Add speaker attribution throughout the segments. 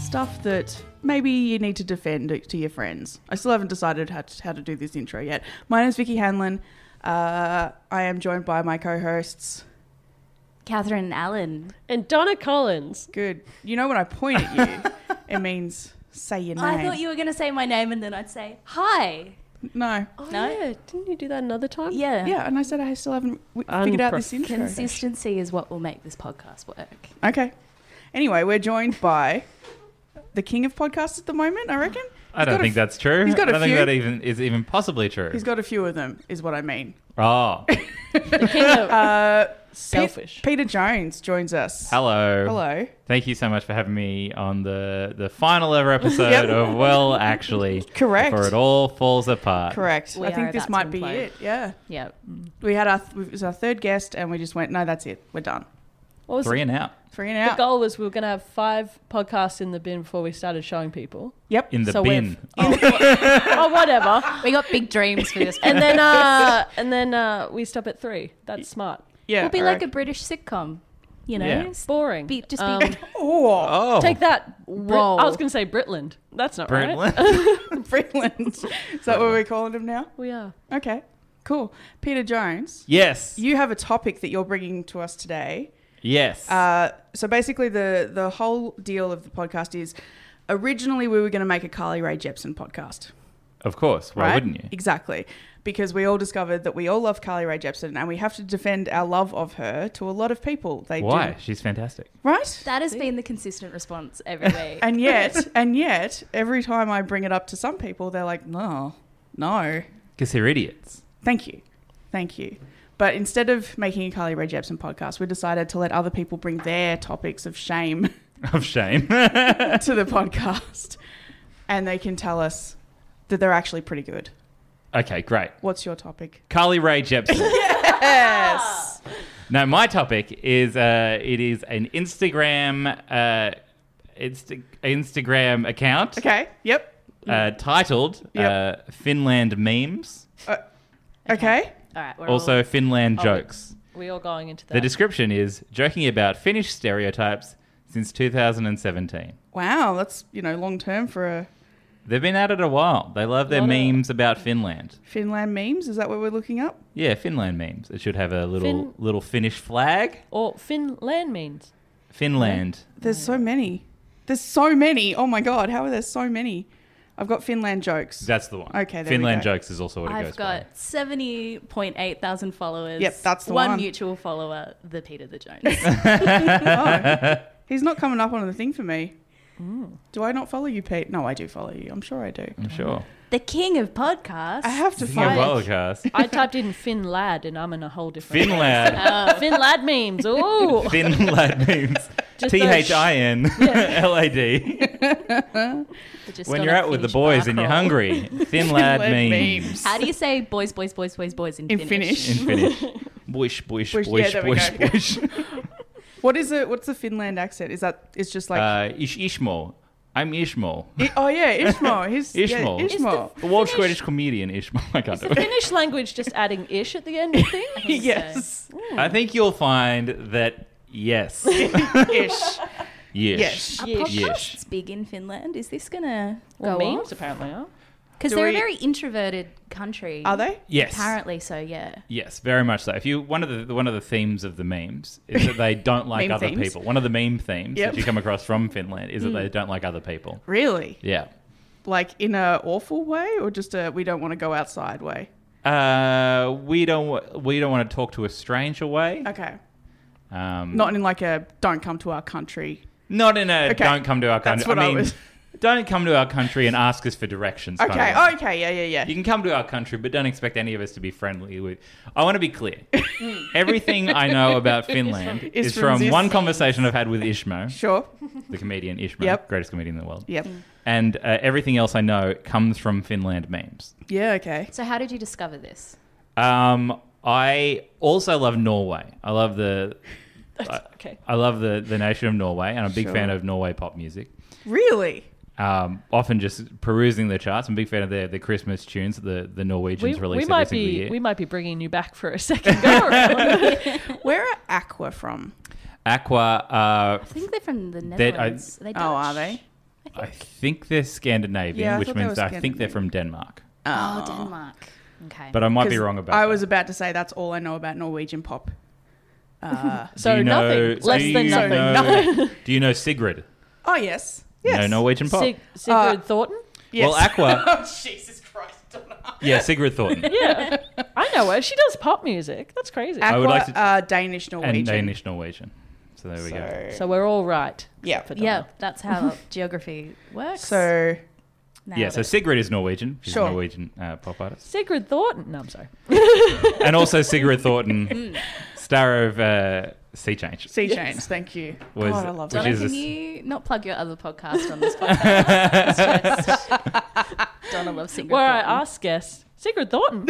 Speaker 1: stuff that maybe you need to defend to your friends. I still haven't decided how to, how to do this intro yet. My name is Vicky Hanlon. Uh, I am joined by my co-hosts.
Speaker 2: Catherine Allen.
Speaker 3: And Donna Collins.
Speaker 1: Good. You know when I point at you, it means say your name.
Speaker 2: I thought you were going to say my name and then I'd say, hi.
Speaker 1: no.
Speaker 3: Oh,
Speaker 2: No?
Speaker 3: yeah. Didn't you do that another time?
Speaker 2: Yeah.
Speaker 1: Yeah, and I said I still haven't w- figured out this intro.
Speaker 2: Consistency is what will make this podcast work.
Speaker 1: Okay. Anyway, we're joined by the king of podcasts at the moment. I reckon. got
Speaker 4: I don't
Speaker 1: a
Speaker 4: think
Speaker 1: f-
Speaker 4: that's true.
Speaker 1: he's got a
Speaker 4: I don't
Speaker 1: few-
Speaker 4: think that even is even possibly true.
Speaker 1: He's got a few of them, is what I mean.
Speaker 4: oh,
Speaker 1: Uh,
Speaker 3: Selfish.
Speaker 1: Pe- Peter Jones joins us.
Speaker 4: hello.
Speaker 1: Hello.
Speaker 4: Thank you so much for having me on the the final ever episode
Speaker 1: Yep.
Speaker 4: of Well Actually.
Speaker 1: Correct.
Speaker 4: Before it all falls apart.
Speaker 1: Correct.
Speaker 2: We
Speaker 1: I
Speaker 2: are
Speaker 1: think this
Speaker 2: about
Speaker 1: might
Speaker 2: to
Speaker 1: be
Speaker 2: implode.
Speaker 1: it. Yeah.
Speaker 2: Yeah.
Speaker 1: We had our th- it was our third guest, and we just went, no, that's it. We're done.
Speaker 3: What was
Speaker 4: Three
Speaker 3: it?
Speaker 4: and out
Speaker 1: Three
Speaker 3: The
Speaker 1: and out.
Speaker 3: goal was we were going to have five podcasts in the bin before we started showing people.
Speaker 1: Yep.
Speaker 4: in the
Speaker 3: So we've-
Speaker 4: bin.
Speaker 3: oh, whatever.
Speaker 2: We got big dreams for this.
Speaker 3: And then, uh, and then uh, we stop at three. That's smart.
Speaker 1: yeah.
Speaker 2: we'll be
Speaker 1: all
Speaker 2: like a
Speaker 1: right.
Speaker 2: British sitcom, you know?
Speaker 4: Yeah.
Speaker 2: S-
Speaker 3: Boring.
Speaker 2: Be, just be.
Speaker 3: Um,
Speaker 1: oh,
Speaker 4: Oh,
Speaker 3: Take that. Brit-
Speaker 2: Whoa.
Speaker 3: I was going to say Britland. That's not right.
Speaker 4: Brentland.
Speaker 1: Freeland. is that what we're calling him now?
Speaker 3: We are.
Speaker 1: Okay. Cool. Peter Jones.
Speaker 4: yes.
Speaker 1: You have a topic that you're bringing to us today.
Speaker 4: Yes.
Speaker 1: Uh, so basically, the the whole deal of the podcast is originally we were going to make a Carly Rae Jepsen podcast.
Speaker 4: of course. Why
Speaker 1: right?
Speaker 4: wouldn't you?
Speaker 1: Exactly, because we all discovered that we all love Carly Rae Jepsen, and we have to defend our love of her to a lot of people. They
Speaker 4: Why?
Speaker 1: do,
Speaker 4: She's fantastic.
Speaker 1: right?
Speaker 2: that has been the consistent response every week.
Speaker 1: And yet, and yet, every time I bring it up to some people, they're like, "No, no,
Speaker 4: Because they're idiots.
Speaker 1: thank you, thank you." But instead of making a Carly Rae Jepsen podcast, we decided to let other people bring their topics of shame
Speaker 4: Of shame.
Speaker 1: to the podcast and they can tell us that they're actually pretty good.
Speaker 4: okay, great.
Speaker 1: What's your topic?
Speaker 4: Carly Ray Jepsen.
Speaker 1: Yes.
Speaker 4: No, my topic is uh, it is an Instagram uh, Insta- Instagram account
Speaker 1: Okay. Yep.
Speaker 4: uh, titled
Speaker 1: Yep.
Speaker 4: uh, Finland memes,
Speaker 1: Uh, Okay.
Speaker 2: all right. We're
Speaker 4: also
Speaker 2: all,
Speaker 4: Finland
Speaker 3: Oh,
Speaker 4: jokes.
Speaker 3: We all going into that.
Speaker 4: The description is joking about Finnish stereotypes since 2017.
Speaker 1: Wow, that's you know long term for a
Speaker 4: They've been at it a while. They love their
Speaker 3: Lot of-
Speaker 4: memes about Finland.
Speaker 1: Finland memes. Is that what we're looking up?
Speaker 4: Yeah, Finland memes. It should have a little
Speaker 3: Fin-
Speaker 4: little Finnish flag.
Speaker 3: or Finland means.
Speaker 4: Finland.
Speaker 1: There's so many. There's so many. Oh my god, how are there so many? I've got Finland jokes.
Speaker 4: That's the one.
Speaker 1: Okay, there we
Speaker 4: Finland
Speaker 1: go.
Speaker 4: jokes is also what it
Speaker 2: I've
Speaker 4: goes by.
Speaker 2: got 70.8 thousand followers.
Speaker 1: Yep, that's the one.
Speaker 2: One mutual follower, the Peter the Jones.
Speaker 1: oh, he's not coming up on the thing for me. Do I not follow you, Pete? No, I do follow you. I'm sure I do.
Speaker 4: I'm sure.
Speaker 2: the king of podcasts.
Speaker 1: I have to
Speaker 4: Speaking of
Speaker 1: find.
Speaker 4: rollercast,
Speaker 3: I typed in Finlad and I'm in a whole different.
Speaker 4: Finland.
Speaker 2: Uh,
Speaker 3: Finlad memes. Ooh.
Speaker 4: Thin lad memes.
Speaker 3: Just
Speaker 4: T H I N
Speaker 3: Yeah.
Speaker 4: L A D.
Speaker 2: We're just
Speaker 4: When
Speaker 2: on
Speaker 4: you're
Speaker 2: a
Speaker 4: out with the
Speaker 2: Finnish
Speaker 4: boys
Speaker 2: bar
Speaker 4: and you're
Speaker 2: crawl.
Speaker 4: hungry, thin lad
Speaker 1: lad
Speaker 4: memes.
Speaker 2: How do you say boys, boys, boys, boys, boys in,
Speaker 1: In
Speaker 2: Finnish?
Speaker 1: Finnish.
Speaker 4: In Finnish. Bush, bush,
Speaker 1: Bush,
Speaker 4: bush,
Speaker 1: yeah,
Speaker 4: bush,
Speaker 1: there we
Speaker 4: bush.
Speaker 1: go. What is it? What's the Finland accent? Is that it's just like
Speaker 4: Uh, ish, Ishmo. I'm Ishmo.
Speaker 1: I- oh yeah, Ishmael. He's
Speaker 4: Ishmael.
Speaker 1: Yeah,
Speaker 4: It's
Speaker 1: Ishmael.
Speaker 4: The Welsh Swedish comedian Ishmo. I can't do
Speaker 3: The
Speaker 4: it.
Speaker 3: Finnish language just adding ish at the end of things.
Speaker 1: yes.
Speaker 4: I think you'll find that yes. Yes.
Speaker 1: Ish. Yes.
Speaker 2: Are
Speaker 3: Yes.
Speaker 4: Yes.
Speaker 2: podcasts big in Finland? Is this gonna
Speaker 3: Well,
Speaker 2: go
Speaker 3: memes
Speaker 2: on?
Speaker 3: apparently are.
Speaker 2: Because
Speaker 1: Do
Speaker 2: they're a
Speaker 1: we-
Speaker 2: very introverted country.
Speaker 1: Are they?
Speaker 4: Yes.
Speaker 2: Apparently, so yeah.
Speaker 4: Yes, very much so. If you one of the one of the themes of the memes is that they don't like
Speaker 1: Meme
Speaker 4: other
Speaker 1: themes.
Speaker 4: people. One of the meme
Speaker 1: Yep.
Speaker 4: themes
Speaker 1: Hmm.
Speaker 4: that you come across from Finland is that they don't like other people.
Speaker 1: Really?
Speaker 4: Yeah.
Speaker 1: Like in a awful way, or just a we don't want to go outside way?
Speaker 4: Uh, we don't wa- we don't want to talk to a stranger way.
Speaker 1: Okay.
Speaker 4: Um,
Speaker 1: Not in like a don't come to our country.
Speaker 4: not in a
Speaker 1: Okay.
Speaker 4: don't come to our country.
Speaker 1: That's what I
Speaker 4: mean,
Speaker 1: was-
Speaker 4: don't come to our country and ask us for directions. kind
Speaker 1: Okay. Oh,
Speaker 4: of way.
Speaker 1: Okay. Yeah. Yeah.
Speaker 4: You
Speaker 1: Yeah.
Speaker 4: can come to our country, but don't expect any of us to be friendly with. I want to be clear. Everything I know about Finland
Speaker 1: is
Speaker 4: is
Speaker 1: from
Speaker 4: from
Speaker 1: this-
Speaker 4: one conversation I've had with Ishmo,
Speaker 1: Sure.
Speaker 4: the comedian Ishmo,
Speaker 1: Yep.
Speaker 4: greatest comedian in the world.
Speaker 1: Yep.
Speaker 4: And uh, everything else I know comes from Finland memes.
Speaker 1: Yeah. Okay.
Speaker 2: So how did you discover this?
Speaker 4: Um, I also love Norway. I love the. I,
Speaker 3: okay.
Speaker 4: I love the, the nation of Norway, and I'm a big
Speaker 1: Sure.
Speaker 4: fan of Norway pop music.
Speaker 1: Really?
Speaker 4: Um, often just perusing the charts. I'm a big fan of their, their Christmas tunes that the, the
Speaker 3: We,
Speaker 4: Norwegians release
Speaker 3: we
Speaker 4: every
Speaker 3: might
Speaker 4: single
Speaker 3: be
Speaker 4: year.
Speaker 3: we might be bringing you back for a second go around.
Speaker 1: Where are Aqua from?
Speaker 4: Aqua, uh,
Speaker 2: I think they're from the
Speaker 4: They're- I-
Speaker 2: Netherlands. Are they Dutch?
Speaker 1: Oh, are they?
Speaker 4: I think they're Scandinavian,
Speaker 1: Yeah, I
Speaker 4: which
Speaker 1: thought they
Speaker 4: means
Speaker 1: were
Speaker 4: I think they're from Denmark.
Speaker 2: Oh, Denmark. Okay.
Speaker 4: But I might be
Speaker 1: 'Cause
Speaker 4: wrong about
Speaker 1: I
Speaker 4: that.
Speaker 1: was about to say that's all I know about Norwegian pop. Uh,
Speaker 3: So
Speaker 4: you know-
Speaker 3: nothing.
Speaker 4: do
Speaker 3: Less
Speaker 4: you
Speaker 3: than nothing.
Speaker 4: know-
Speaker 3: nothing.
Speaker 4: Do you know Sigrid?
Speaker 1: oh yes, yes.
Speaker 4: No Norwegian pop.
Speaker 3: Sig- Sigrid
Speaker 1: Uh,
Speaker 3: Thornton?
Speaker 1: Yes.
Speaker 4: Well, Aqua.
Speaker 1: oh Jesus Christ!
Speaker 4: Yeah, Sigrid Thornton
Speaker 3: Yeah. I know her. She does pop music. That's crazy.
Speaker 1: Aqua,
Speaker 4: I would like to-
Speaker 1: uh, Danish Norwegian.
Speaker 4: and Danish Norwegian. So there we go.
Speaker 1: So,
Speaker 3: so we're all right.
Speaker 1: yeah.
Speaker 3: For
Speaker 2: yeah,
Speaker 3: Donna.
Speaker 2: that's how geography works.
Speaker 1: So
Speaker 2: Nailed
Speaker 4: Yeah, so
Speaker 2: it.
Speaker 4: Sigrid is Norwegian. She's
Speaker 1: Sure.
Speaker 4: a Norwegian uh, pop artist.
Speaker 3: Sigrid Thornton. No, I'm sorry.
Speaker 4: And also Sigrid
Speaker 1: Hmm.
Speaker 4: Thornton, star of uh, Sea Change.
Speaker 1: sea change. Thank you.
Speaker 4: Was-
Speaker 1: God, I love
Speaker 4: which
Speaker 1: that.
Speaker 2: Donna,
Speaker 4: is a
Speaker 2: can
Speaker 4: s-
Speaker 2: you not plug your other podcast on this podcast? It's just Donna loves Sigrid
Speaker 3: Where I
Speaker 2: Thornton.
Speaker 3: ask guests, Sigrid Thornton.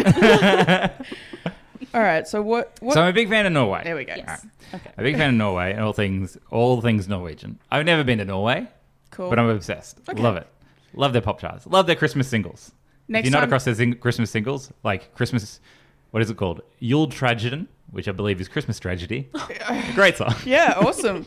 Speaker 1: All right. So what? What?
Speaker 4: So I'm a big fan of Norway.
Speaker 1: there we go.
Speaker 2: Yes.
Speaker 3: okay.
Speaker 4: A big fan of Norway and all things all things Norwegian. I've never been to Norway,
Speaker 1: Cool.
Speaker 4: but I'm obsessed. Love it. Love their pop charts. Love their Christmas singles.
Speaker 1: Next
Speaker 4: if you're not
Speaker 1: time-
Speaker 4: across their sing- Christmas singles, like Christmas, what is it called? Yule Tragedy, which I believe is Christmas Tragedy. Great song.
Speaker 1: yeah. Awesome.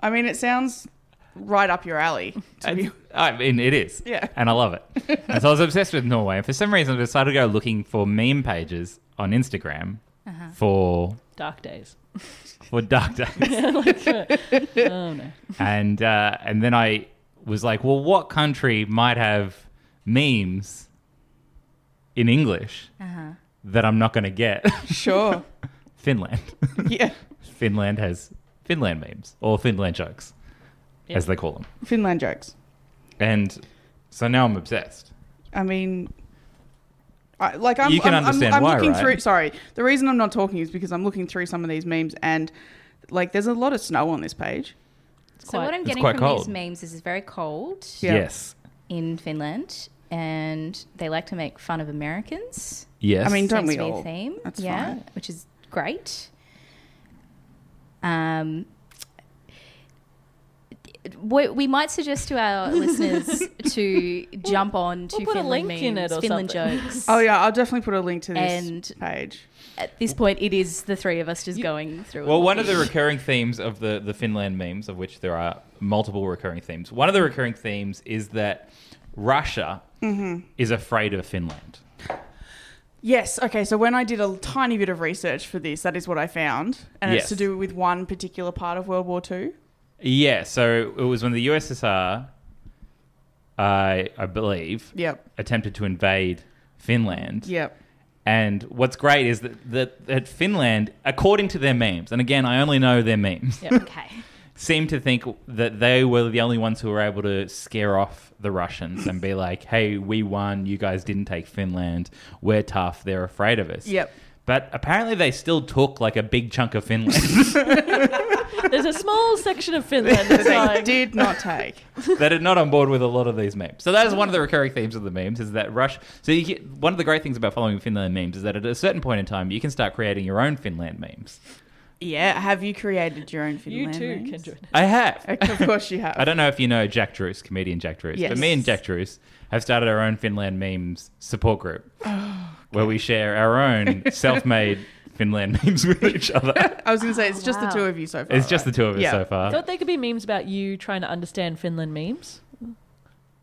Speaker 1: I mean, it sounds right up your alley. To be-
Speaker 4: It's- I mean, it is.
Speaker 1: Yeah.
Speaker 4: And I love it. and so I was obsessed with Norway. And for some reason, I decided to go looking for meme pages on Instagram
Speaker 1: Uh-huh.
Speaker 4: for
Speaker 3: Dark days.
Speaker 4: for Dark Days.
Speaker 3: Oh, no.
Speaker 4: and uh, and then I was like, well, what country might have memes in English
Speaker 2: Uh-huh.
Speaker 4: that I'm not going to get?
Speaker 1: sure.
Speaker 4: Finland.
Speaker 1: Yeah.
Speaker 4: Finland has Finland memes or Finland jokes,
Speaker 3: Yeah.
Speaker 4: as they call them.
Speaker 1: Finland jokes.
Speaker 4: And so now I'm obsessed.
Speaker 1: I mean, I, like I'm,
Speaker 4: You can
Speaker 1: I'm, I'm-
Speaker 4: understand
Speaker 1: I'm
Speaker 4: why,
Speaker 1: looking
Speaker 4: right?
Speaker 1: through. Sorry, the reason I'm not talking is because I'm looking through some of these memes and like there's a lot of snow on this page.
Speaker 2: so what I'm
Speaker 4: It's
Speaker 2: getting
Speaker 4: quite
Speaker 2: from
Speaker 4: cold.
Speaker 2: these memes is it's very cold
Speaker 1: Yeah.
Speaker 4: Yes.
Speaker 2: in Finland, and they like to make fun of Americans.
Speaker 4: Yes.
Speaker 1: I mean, don't
Speaker 2: Seems
Speaker 1: we
Speaker 2: to be a
Speaker 1: all?
Speaker 2: theme.
Speaker 1: That's
Speaker 2: yeah,
Speaker 1: fine.
Speaker 2: which is great. Um, we, we might suggest to our listeners to jump on to
Speaker 3: we'll put a
Speaker 2: Finland
Speaker 3: link in it
Speaker 2: memes,
Speaker 3: or
Speaker 2: Finland
Speaker 3: something.
Speaker 2: jokes.
Speaker 1: Oh yeah, I'll definitely put a link to this
Speaker 2: And-
Speaker 1: page.
Speaker 2: At this point, it is the three of us just going through.
Speaker 4: Well,
Speaker 2: it.
Speaker 4: one of the recurring themes of the, the Finland memes, of which there are multiple recurring themes, one of the recurring themes is that Russia is afraid of Finland.
Speaker 1: Yes. Okay. So when I did a tiny bit of research for this, that is what I found, and
Speaker 4: Yes.
Speaker 1: it's to do with one particular part of World War Two.
Speaker 4: Yeah, so it was when the USSR, I I believe,
Speaker 1: Yep.
Speaker 4: attempted to invade Finland.
Speaker 1: Yep.
Speaker 4: And what's great is that, that, that Finland, according to their memes, and again, I only know their memes,
Speaker 3: Yeah.
Speaker 2: okay.
Speaker 4: seem to think that they were the only ones who were able to scare off the Russians and be like, hey, we won. You guys didn't take Finland. We're tough. They're afraid of us.
Speaker 1: Yep.
Speaker 4: But apparently they still took like a big chunk of Finland.
Speaker 3: There's a small section of Finland that's
Speaker 1: They
Speaker 3: like,
Speaker 1: did not take.
Speaker 4: that are not on board with a lot of these memes. So that is one of the recurring themes of the memes is that rush. So you get, one of the great things about following Finland memes is that at a certain point in time you can start creating your own Finland memes.
Speaker 1: Yeah. Have you created your own
Speaker 3: you
Speaker 1: Finland?
Speaker 3: too
Speaker 1: memes?
Speaker 3: can join us.
Speaker 4: I have.
Speaker 1: Okay, Of course you have.
Speaker 4: I don't know if you know Jack Drews, comedian Jack Drews,
Speaker 1: Yes.
Speaker 4: but me and Jack Drews have started our own Finland memes support group
Speaker 1: Oh,
Speaker 4: where we share our own self-made Finland memes with each other.
Speaker 1: I was going to say it's just
Speaker 2: wow.
Speaker 1: the two of you so far.
Speaker 4: It's just the two of us
Speaker 1: Yeah.
Speaker 4: so far.
Speaker 3: Thought they could be memes about you trying to understand Finland memes,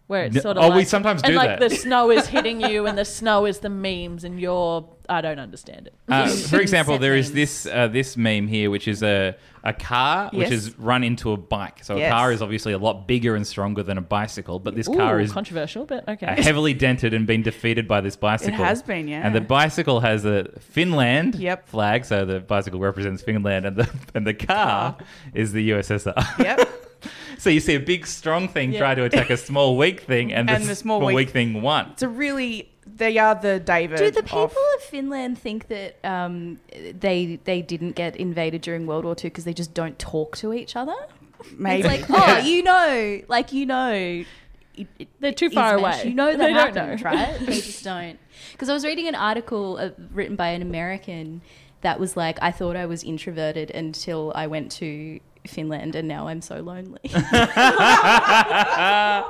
Speaker 3: where it's
Speaker 4: No-
Speaker 3: sort of
Speaker 4: oh, we
Speaker 3: like,
Speaker 4: sometimes
Speaker 3: and
Speaker 4: do
Speaker 3: like
Speaker 4: that.
Speaker 3: the snow is hitting you, and the snow is the memes, and you're I don't understand it.
Speaker 4: Uh, for example,
Speaker 2: Set
Speaker 4: there is
Speaker 2: memes.
Speaker 4: this uh, this meme here, which is a a car which
Speaker 1: Yes.
Speaker 4: is run into a bike. So a
Speaker 1: Yes.
Speaker 4: car is obviously a lot bigger and stronger than a bicycle, but this car
Speaker 3: Ooh,
Speaker 4: is
Speaker 3: controversial, but
Speaker 4: uh,
Speaker 3: okay.
Speaker 4: heavily dented and been defeated by this bicycle.
Speaker 1: has been, yeah.
Speaker 4: And the bicycle has a Finland
Speaker 1: Yep.
Speaker 4: flag, so the bicycle represents Finland, and the and the car is the USSR.
Speaker 1: Yep.
Speaker 4: so you see a big strong thing
Speaker 3: Yeah.
Speaker 4: try to attack a small weak thing, and,
Speaker 1: And
Speaker 4: the,
Speaker 1: the
Speaker 4: small,
Speaker 1: small
Speaker 4: weak,
Speaker 1: weak-
Speaker 4: thing won.
Speaker 1: It's a really. They are the David.
Speaker 2: Do the
Speaker 1: of-
Speaker 2: people of Finland think that um, they they didn't get invaded during World War II because they just don't talk to each other?
Speaker 1: maybe?
Speaker 2: It's like, oh,
Speaker 1: Yeah.
Speaker 2: you know, like you know, it- it-
Speaker 3: They're too
Speaker 2: it's
Speaker 3: far
Speaker 2: meant-
Speaker 3: away.
Speaker 2: You know that
Speaker 3: They don't
Speaker 2: happened,
Speaker 3: know.
Speaker 2: right? They just don't. Because I was reading an article uh, written by an American that was like, I thought I was introverted until I went to Finland, and now I'm so lonely.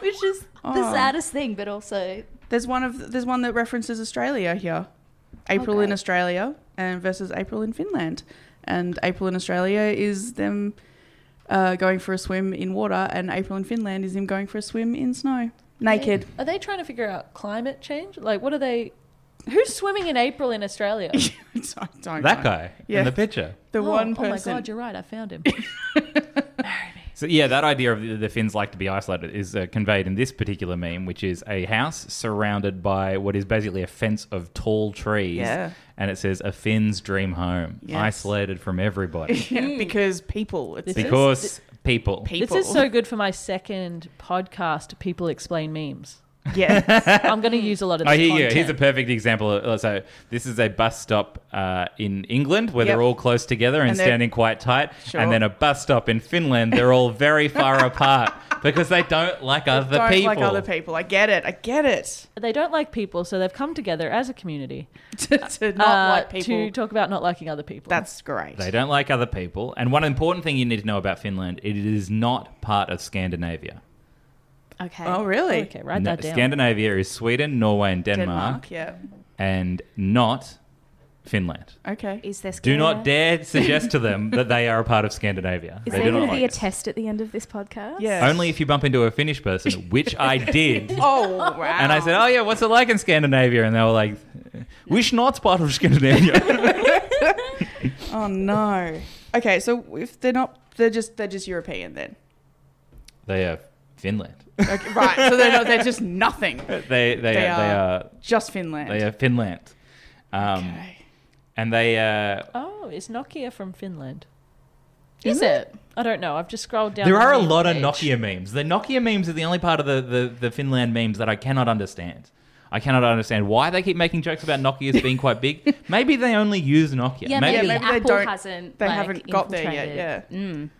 Speaker 2: Which is the
Speaker 1: Aw.
Speaker 2: saddest thing, but also
Speaker 1: There's one of there's one that references Australia here. April in
Speaker 2: great.
Speaker 1: Australia and versus April in Finland. And April in Australia is them uh, going for a swim in water, and April in Finland is him going for a swim in snow, naked.
Speaker 3: Are they trying to figure out climate change? Like, what are they? Who's swimming in April in Australia?
Speaker 1: I don't
Speaker 4: That
Speaker 1: know.
Speaker 4: guy
Speaker 1: Yeah.
Speaker 4: in the picture.
Speaker 1: the
Speaker 3: Oh,
Speaker 1: one
Speaker 3: Oh
Speaker 1: person.
Speaker 3: my god, you're right. I found him.
Speaker 4: So yeah, that idea of the, the Finns like to be isolated is uh, conveyed in this particular meme, which is a house surrounded by what is basically a fence of tall trees.
Speaker 1: Yeah.
Speaker 4: And it says a Finn's dream home,
Speaker 1: Yes.
Speaker 4: isolated from everybody
Speaker 1: Yeah, because people. It's
Speaker 3: Hmm. This
Speaker 1: just
Speaker 4: because people.
Speaker 1: people.
Speaker 3: this is so good for my second podcast. People explain memes.
Speaker 1: yeah.
Speaker 3: I'm going to use a lot of. This
Speaker 4: I hear you.
Speaker 3: content.
Speaker 4: Here's a perfect example. Uh, So this is a bus stop uh, in England where
Speaker 1: Yep.
Speaker 4: they're all close together and,
Speaker 1: And they're-
Speaker 4: standing quite tight,
Speaker 1: Sure.
Speaker 4: and then a bus stop in Finland. They're all very far apart because they don't like other
Speaker 1: don't
Speaker 4: people.
Speaker 1: like other people. I get it. I get it.
Speaker 3: They don't like people, so they've come together as a community
Speaker 1: to, to not
Speaker 3: uh,
Speaker 1: like people.
Speaker 3: to talk about not liking other people.
Speaker 1: That's great.
Speaker 4: They don't like other people. And one important thing you need to know about Finland: it is not part of Scandinavia.
Speaker 2: Okay.
Speaker 1: Oh, really?
Speaker 3: okay. Write
Speaker 4: No,
Speaker 3: that down.
Speaker 4: Scandinavia is Sweden, Norway, and Denmark,
Speaker 1: Denmark. Yeah.
Speaker 4: and not Finland.
Speaker 1: Okay.
Speaker 2: Is there
Speaker 4: Do
Speaker 2: gonna-
Speaker 4: not dare suggest to them that they are a part of Scandinavia.
Speaker 2: Is
Speaker 4: they
Speaker 2: there
Speaker 4: do not
Speaker 2: going to be
Speaker 4: like
Speaker 2: a
Speaker 4: it.
Speaker 2: test at the end of this podcast?
Speaker 1: Yeah.
Speaker 4: Only if you bump into a Finnish person, which I did.
Speaker 1: Oh wow.
Speaker 4: And I said, "Oh yeah, what's it like in Scandinavia?" And they were like, "Which not part of Scandinavia?"
Speaker 1: Oh no. Okay, so if they're not, they're just they're just European then.
Speaker 4: they are Finland.
Speaker 1: Okay, right. So they're not. They're just nothing.
Speaker 4: They they they,
Speaker 1: They
Speaker 4: are, they are
Speaker 1: Just Finland.
Speaker 4: they are Finland, um,
Speaker 1: okay.
Speaker 4: and they uh,
Speaker 3: Oh, is Nokia from Finland?
Speaker 2: Is it?
Speaker 3: I don't know. I've just scrolled down.
Speaker 4: there
Speaker 3: the
Speaker 4: are a
Speaker 3: meme
Speaker 4: lot of
Speaker 3: page.
Speaker 4: Nokia memes. The Nokia memes are the only part of the, the the Finland memes that I cannot understand. I cannot understand why they keep making jokes about Nokia's being quite big. Maybe they only use Nokia.
Speaker 2: Yeah,
Speaker 1: maybe.
Speaker 2: maybe,
Speaker 1: Yeah, maybe they
Speaker 2: Apple
Speaker 1: don't-
Speaker 2: hasn't.
Speaker 1: they
Speaker 2: like,
Speaker 1: haven't got there yet,
Speaker 2: infiltrated. Mm.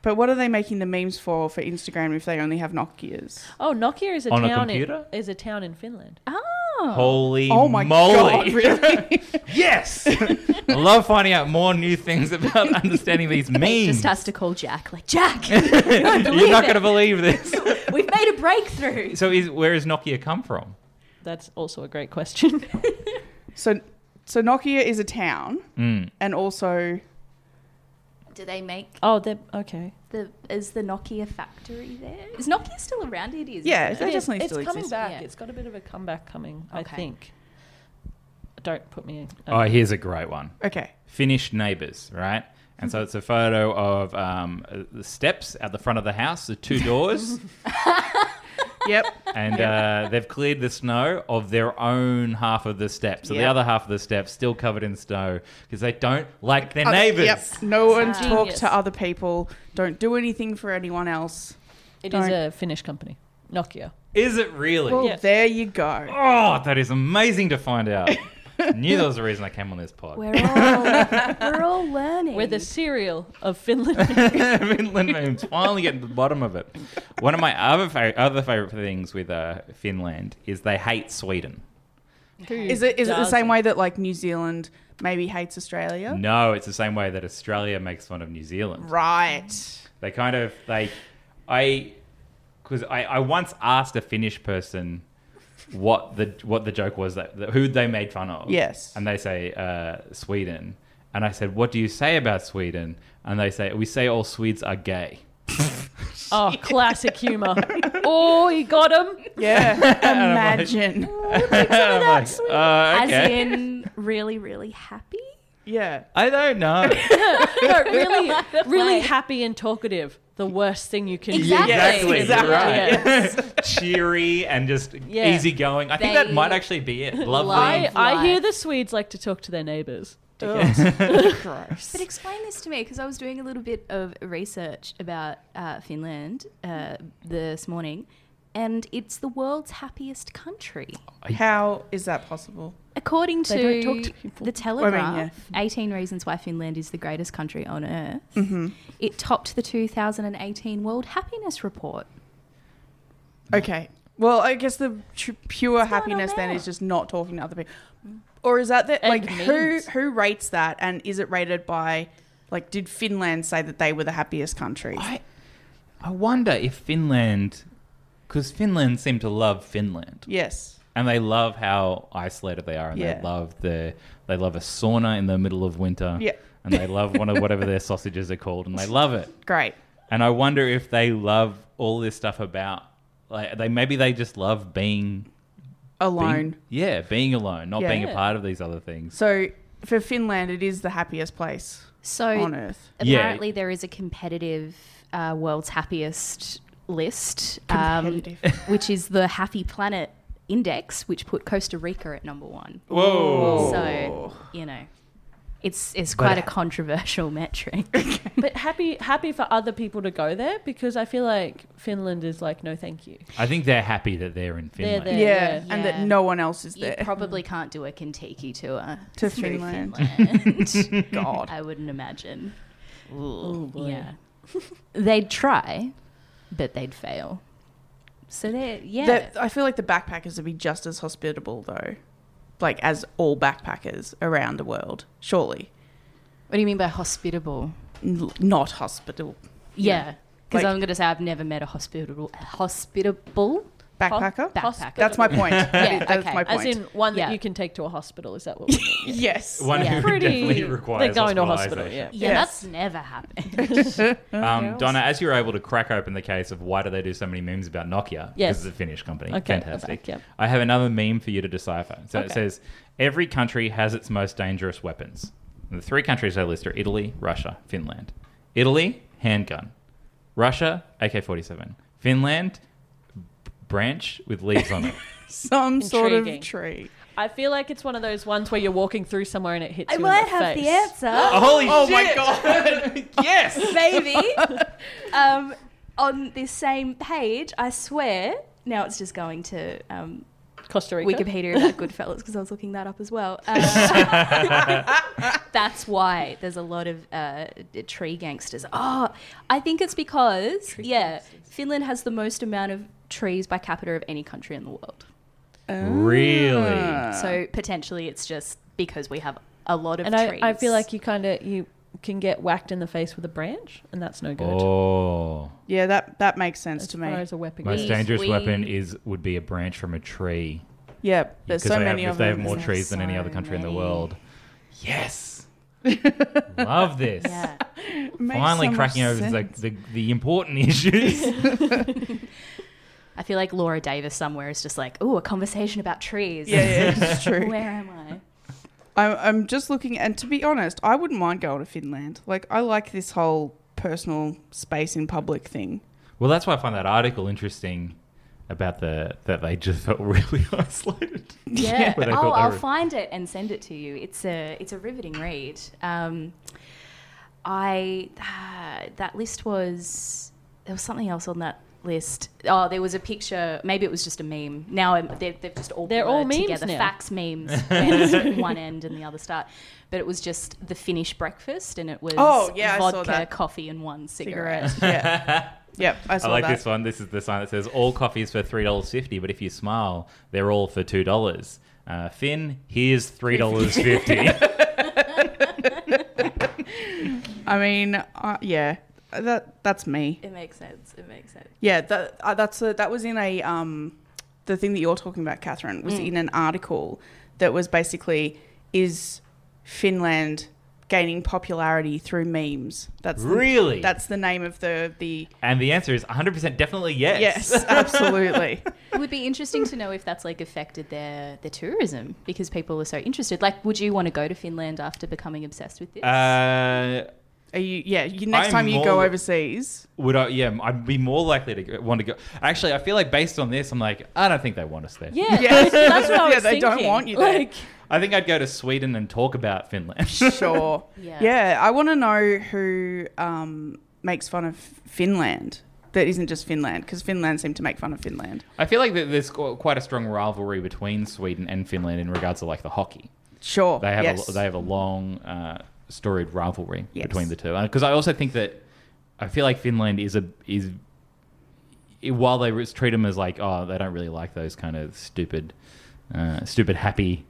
Speaker 1: But what are they making the memes for for Instagram if they only have Nokia's?
Speaker 3: Oh, Nokia is a
Speaker 4: On a
Speaker 3: town
Speaker 4: computer?
Speaker 3: in is a town in Finland.
Speaker 2: Oh.
Speaker 4: Holy
Speaker 1: Oh my
Speaker 4: moly.
Speaker 1: god! Really?
Speaker 4: Yes, I love finding out more new things about understanding these memes.
Speaker 2: Just has to call Jack. Like Jack,
Speaker 4: You're not
Speaker 2: it.
Speaker 4: going to believe this.
Speaker 2: we've made a breakthrough.
Speaker 4: So, is where has Nokia come from?
Speaker 3: That's also a great question.
Speaker 1: so, so Nokia is a town,
Speaker 4: Hmm.
Speaker 1: and also
Speaker 2: Do they make
Speaker 3: oh, they're okay.
Speaker 2: the? Is the Nokia factory there? Is Nokia still around? It is.
Speaker 1: Yeah,
Speaker 2: isn't
Speaker 1: They
Speaker 3: It is.
Speaker 1: definitely
Speaker 3: it's
Speaker 1: still
Speaker 3: coming
Speaker 1: exist.
Speaker 3: back.
Speaker 2: Yeah.
Speaker 3: It's got a bit of a comeback coming, I
Speaker 2: Okay.
Speaker 3: think. Don't put me in.
Speaker 4: Oh, here's a great one.
Speaker 1: okay.
Speaker 4: Finnish neighbors, right? And so it's a photo of um, uh, the steps at the front of the house, the two doors,
Speaker 1: Yep.
Speaker 4: and uh, they've cleared the snow of their own half of the steps. So the
Speaker 1: Yep.
Speaker 4: other half of the steps still covered in snow because they don't like their
Speaker 1: Other-
Speaker 4: neighbors.
Speaker 1: Yep. No one
Speaker 3: Genius.
Speaker 1: talk to other people. Don't do anything for anyone else.
Speaker 3: It is
Speaker 1: Don't.
Speaker 3: a Finnish company, Nokia.
Speaker 4: Is it really?
Speaker 1: Well,
Speaker 3: Yeah.
Speaker 1: there you go.
Speaker 4: Oh, that is amazing to find out. Knew there was a reason I came on this pod.
Speaker 2: We're all we're all learning.
Speaker 3: We're the cereal of Finland.
Speaker 4: Finland memes. Finally getting to the bottom of it. One of my other fa- other favorite things with uh, Finland is they hate Sweden.
Speaker 1: Is it is it the same way that like New Zealand maybe hates Australia?
Speaker 4: No, it's the same way that Australia makes fun of New Zealand.
Speaker 1: Right.
Speaker 4: They kind of like I because I, I once asked a Finnish person what the what the joke was that, that who they made fun of.
Speaker 1: Yes.
Speaker 4: and they say uh, Sweden, and I said, "What do you say about Sweden?" And they say, "We say all Swedes are gay."
Speaker 3: Oh, classic humor. oh, he got him.
Speaker 1: Yeah.
Speaker 4: I'm like-
Speaker 1: Imagine.
Speaker 4: I'm like, "Uh,
Speaker 2: as
Speaker 4: okay."
Speaker 2: in really really happy.
Speaker 1: yeah.
Speaker 4: I don't know.
Speaker 3: No, really, really
Speaker 2: Like-
Speaker 3: happy and talkative. The worst thing you can
Speaker 2: Exactly.
Speaker 3: do.
Speaker 4: Exactly.
Speaker 1: Exactly.
Speaker 4: You're right.
Speaker 3: Yes.
Speaker 4: Cheery and just
Speaker 3: Yeah.
Speaker 4: easygoing. I think
Speaker 2: They
Speaker 4: that might actually be it. Lovely.
Speaker 2: lie.
Speaker 3: I, I
Speaker 2: Life.
Speaker 3: hear the Swedes like to talk to their neighbors.
Speaker 1: Ugh. Gross.
Speaker 2: But explain this to me because I was doing a little bit of research about uh, Finland uh, this morning, and it's the world's happiest country.
Speaker 1: How is that possible?
Speaker 2: According to,
Speaker 3: They don't talk to people.
Speaker 2: the Telegraph,
Speaker 1: yeah.
Speaker 2: 18 reasons why Finland is the greatest country on earth.
Speaker 3: Mm-hmm.
Speaker 2: It topped the 2018 World Happiness Report.
Speaker 1: Okay. Well, I guess the tr- pure
Speaker 2: What's going on
Speaker 1: happiness then
Speaker 2: there?
Speaker 1: is just not talking to other people. Or is that that
Speaker 3: And
Speaker 1: like who
Speaker 3: memes.
Speaker 1: who rates that and is it rated by like did Finland say that they were the happiest country?
Speaker 4: I, I wonder if Finland, because Finland seem to love Finland,
Speaker 1: yes.
Speaker 4: and they love how isolated they are, and
Speaker 1: Yeah.
Speaker 4: they love the they love a sauna in the middle of winter.
Speaker 1: Yeah.
Speaker 4: and they love one of whatever their sausages are called, and they love it.
Speaker 1: Great.
Speaker 4: And I wonder if they love all this stuff about like they maybe they just love being being-
Speaker 1: Alone.
Speaker 4: yeah, being alone, not
Speaker 1: Yeah.
Speaker 4: being a part of these other things.
Speaker 1: So for Finland, it is the happiest place
Speaker 2: So
Speaker 1: on earth.
Speaker 4: Yeah.
Speaker 2: apparently there is a competitive uh, world's happiest list, Um,
Speaker 1: Competitive.
Speaker 2: which is the Happy Planet Index, which put Costa Rica at number one.
Speaker 4: Whoa.
Speaker 2: So you know, it's it's quite a controversial metric.
Speaker 3: But happy, happy for other people to go there because I feel like Finland is like, no, thank you.
Speaker 4: I think they're happy that they're in
Speaker 3: They're
Speaker 4: Finland.
Speaker 1: Yeah.
Speaker 3: there.
Speaker 1: and that
Speaker 2: Yeah.
Speaker 1: no one else is
Speaker 2: you
Speaker 1: there.
Speaker 2: probably can't do a Kentucky tour
Speaker 1: To
Speaker 2: through
Speaker 1: Finland.
Speaker 2: Finland.
Speaker 1: God.
Speaker 2: I wouldn't imagine.
Speaker 3: Oh boy.
Speaker 2: Yeah, they'd try, but they'd fail. So they yeah.
Speaker 1: That- I feel like the backpackers would be just as hospitable though, like as all backpackers around the world. Surely
Speaker 2: what do you mean by hospitable?
Speaker 1: N- not hospitable
Speaker 2: Yeah.
Speaker 1: Like-
Speaker 2: Because I'm going to say I've never met a hospitable hospitable
Speaker 1: backpacker.
Speaker 2: backpacker.
Speaker 1: That's my point. That is-
Speaker 2: Yeah,
Speaker 1: that's
Speaker 2: okay.
Speaker 1: my
Speaker 2: As
Speaker 1: point.
Speaker 3: As in one
Speaker 2: Yeah.
Speaker 3: that you can take to a hospital. Is that what? we mean?
Speaker 1: yes.
Speaker 4: One
Speaker 2: Yeah.
Speaker 4: who
Speaker 3: Pretty-
Speaker 4: definitely
Speaker 3: they're
Speaker 4: requires
Speaker 3: going to a hospital,
Speaker 4: hospitalization.
Speaker 2: yeah,
Speaker 1: Yes.
Speaker 2: that's never happened.
Speaker 3: Oh
Speaker 4: Um, Donna, as you were able to crack open the case of why do they do so many memes about Nokia,
Speaker 3: Yes.
Speaker 4: because it's a Finnish company.
Speaker 3: Okay,
Speaker 4: Fantastic.
Speaker 3: okay, yep.
Speaker 4: I have another meme for you to decipher. So it
Speaker 3: Okay.
Speaker 4: says, every country has its most dangerous weapons. And the three countries they list are Italy, Russia, Finland. Italy, handgun. Russia, AK-47. Finland, b- branch with leaves on it.
Speaker 1: Some sort of
Speaker 3: Intriguing.
Speaker 1: tree.
Speaker 3: I feel like it's one of those ones where you're walking through somewhere and it hits you. in the face.
Speaker 2: answer,
Speaker 4: Oh, holy
Speaker 1: Oh my
Speaker 4: shit! my god! yes!
Speaker 2: maybe. um, on this same page, I swear. Now it's just going to um,
Speaker 3: Costa Rica.
Speaker 2: Wikipedia about Goodfellas because I was looking that up as well. Uh, that's why there's a lot of uh, d- tree gangsters. Oh, I think it's because yeah, Finland has the most amount of trees by capita of any country in the world.
Speaker 3: Ah.
Speaker 4: Really?
Speaker 2: So potentially it's just because we have a lot of
Speaker 3: And
Speaker 2: trees.
Speaker 3: I, I feel like you kind of you can get whacked in the face with a branch, and that's no good.
Speaker 4: Oh.
Speaker 1: Yeah, that that makes sense
Speaker 3: as
Speaker 1: to
Speaker 3: far
Speaker 1: me.
Speaker 3: as a weapon
Speaker 4: Most
Speaker 2: We-
Speaker 3: goes.
Speaker 4: dangerous
Speaker 2: we-
Speaker 4: weapon is would be a branch from a tree.
Speaker 1: Yeah, there's
Speaker 4: Because
Speaker 1: so
Speaker 4: they
Speaker 1: many
Speaker 4: have,
Speaker 1: of
Speaker 4: if they
Speaker 1: them.
Speaker 4: have more
Speaker 1: isn't
Speaker 4: trees than any
Speaker 2: so
Speaker 4: other country in the
Speaker 2: many.
Speaker 4: world. Yes. Love this.
Speaker 2: yeah.
Speaker 1: there? Makes
Speaker 4: Finally
Speaker 1: so much
Speaker 4: cracking over
Speaker 1: sense.
Speaker 4: the, the, the important issues.
Speaker 2: I feel like Laura Davis somewhere is just like, oh, a conversation about trees.
Speaker 1: Yeah, yeah, it's true.
Speaker 2: Where am I?
Speaker 1: I'm, I'm just looking, and to be honest, I wouldn't mind going to Finland. Like, I like this whole personal space in public thing.
Speaker 4: well, that's why I find that article interesting about the that they just felt really isolated.
Speaker 2: Yeah.
Speaker 4: Where they
Speaker 2: oh,
Speaker 4: thought they
Speaker 2: I'll
Speaker 4: were-
Speaker 2: find it and send it to you. It's a it's a riveting read. Um, I ah, that list was there was something else on that list. Oh, there was a picture. Maybe it was just a meme. Now I'm- they're, they've just all
Speaker 3: They're all
Speaker 2: blurred
Speaker 3: memes
Speaker 2: together.
Speaker 3: now.
Speaker 2: Facts memes, where one end and the other start. But it was just the Finnish breakfast, and it was
Speaker 1: Oh, yeah, I saw
Speaker 2: vodka,
Speaker 1: that.
Speaker 2: coffee, and one cigarette.
Speaker 1: Cigarettes. yeah. Yep, I saw
Speaker 4: I like
Speaker 1: that.
Speaker 4: this one. This is the sign that says all coffees for three dollars fifty, but if you smile, they're all for two dollars. Uh, Finn, here's three dollars fifty.
Speaker 1: I mean, uh, yeah, that that's me.
Speaker 2: It makes sense. It makes sense.
Speaker 1: Yeah, that uh, that's a, that was in a um, the thing that you're talking about, Catherine, was in an article that was basically is Finland gaining popularity through memes. That's the-
Speaker 4: Really?
Speaker 1: that's the name of the the
Speaker 4: and the answer is 100% definitely yes.
Speaker 1: yes, absolutely.
Speaker 2: It would be interesting to know if that's like affected their their tourism because people are so interested. Like, would you want to go to Finland after becoming obsessed with this?
Speaker 4: Uh,
Speaker 1: Are you yeah? You, next
Speaker 4: I'm
Speaker 1: time you go
Speaker 4: more-
Speaker 1: overseas,
Speaker 4: would I? Yeah, I'd be more likely to go, want to go. Actually, I feel like based on this, I'm like, I don't think they want us there.
Speaker 3: Yeah,
Speaker 1: Yeah.
Speaker 3: that's what I
Speaker 1: Yeah,
Speaker 3: was
Speaker 1: they don't
Speaker 3: thinking.
Speaker 1: want you there.
Speaker 3: Like,
Speaker 4: I think I'd go to Sweden and talk about Finland.
Speaker 1: sure.
Speaker 2: Yeah.
Speaker 1: yeah, I want to know who um, makes fun of Finland. That isn't just Finland, because Finland seemed to make fun of Finland.
Speaker 4: I feel like that there's qu- quite a strong rivalry between Sweden and Finland in regards to like the hockey.
Speaker 1: Sure.
Speaker 4: They have
Speaker 1: yes.
Speaker 4: a, they have a long uh, storied rivalry
Speaker 1: Yes.
Speaker 4: between the two. Because I also think that I feel like Finland is a is i- while they re- treat them as like oh they don't really like those kind of stupid uh, stupid happy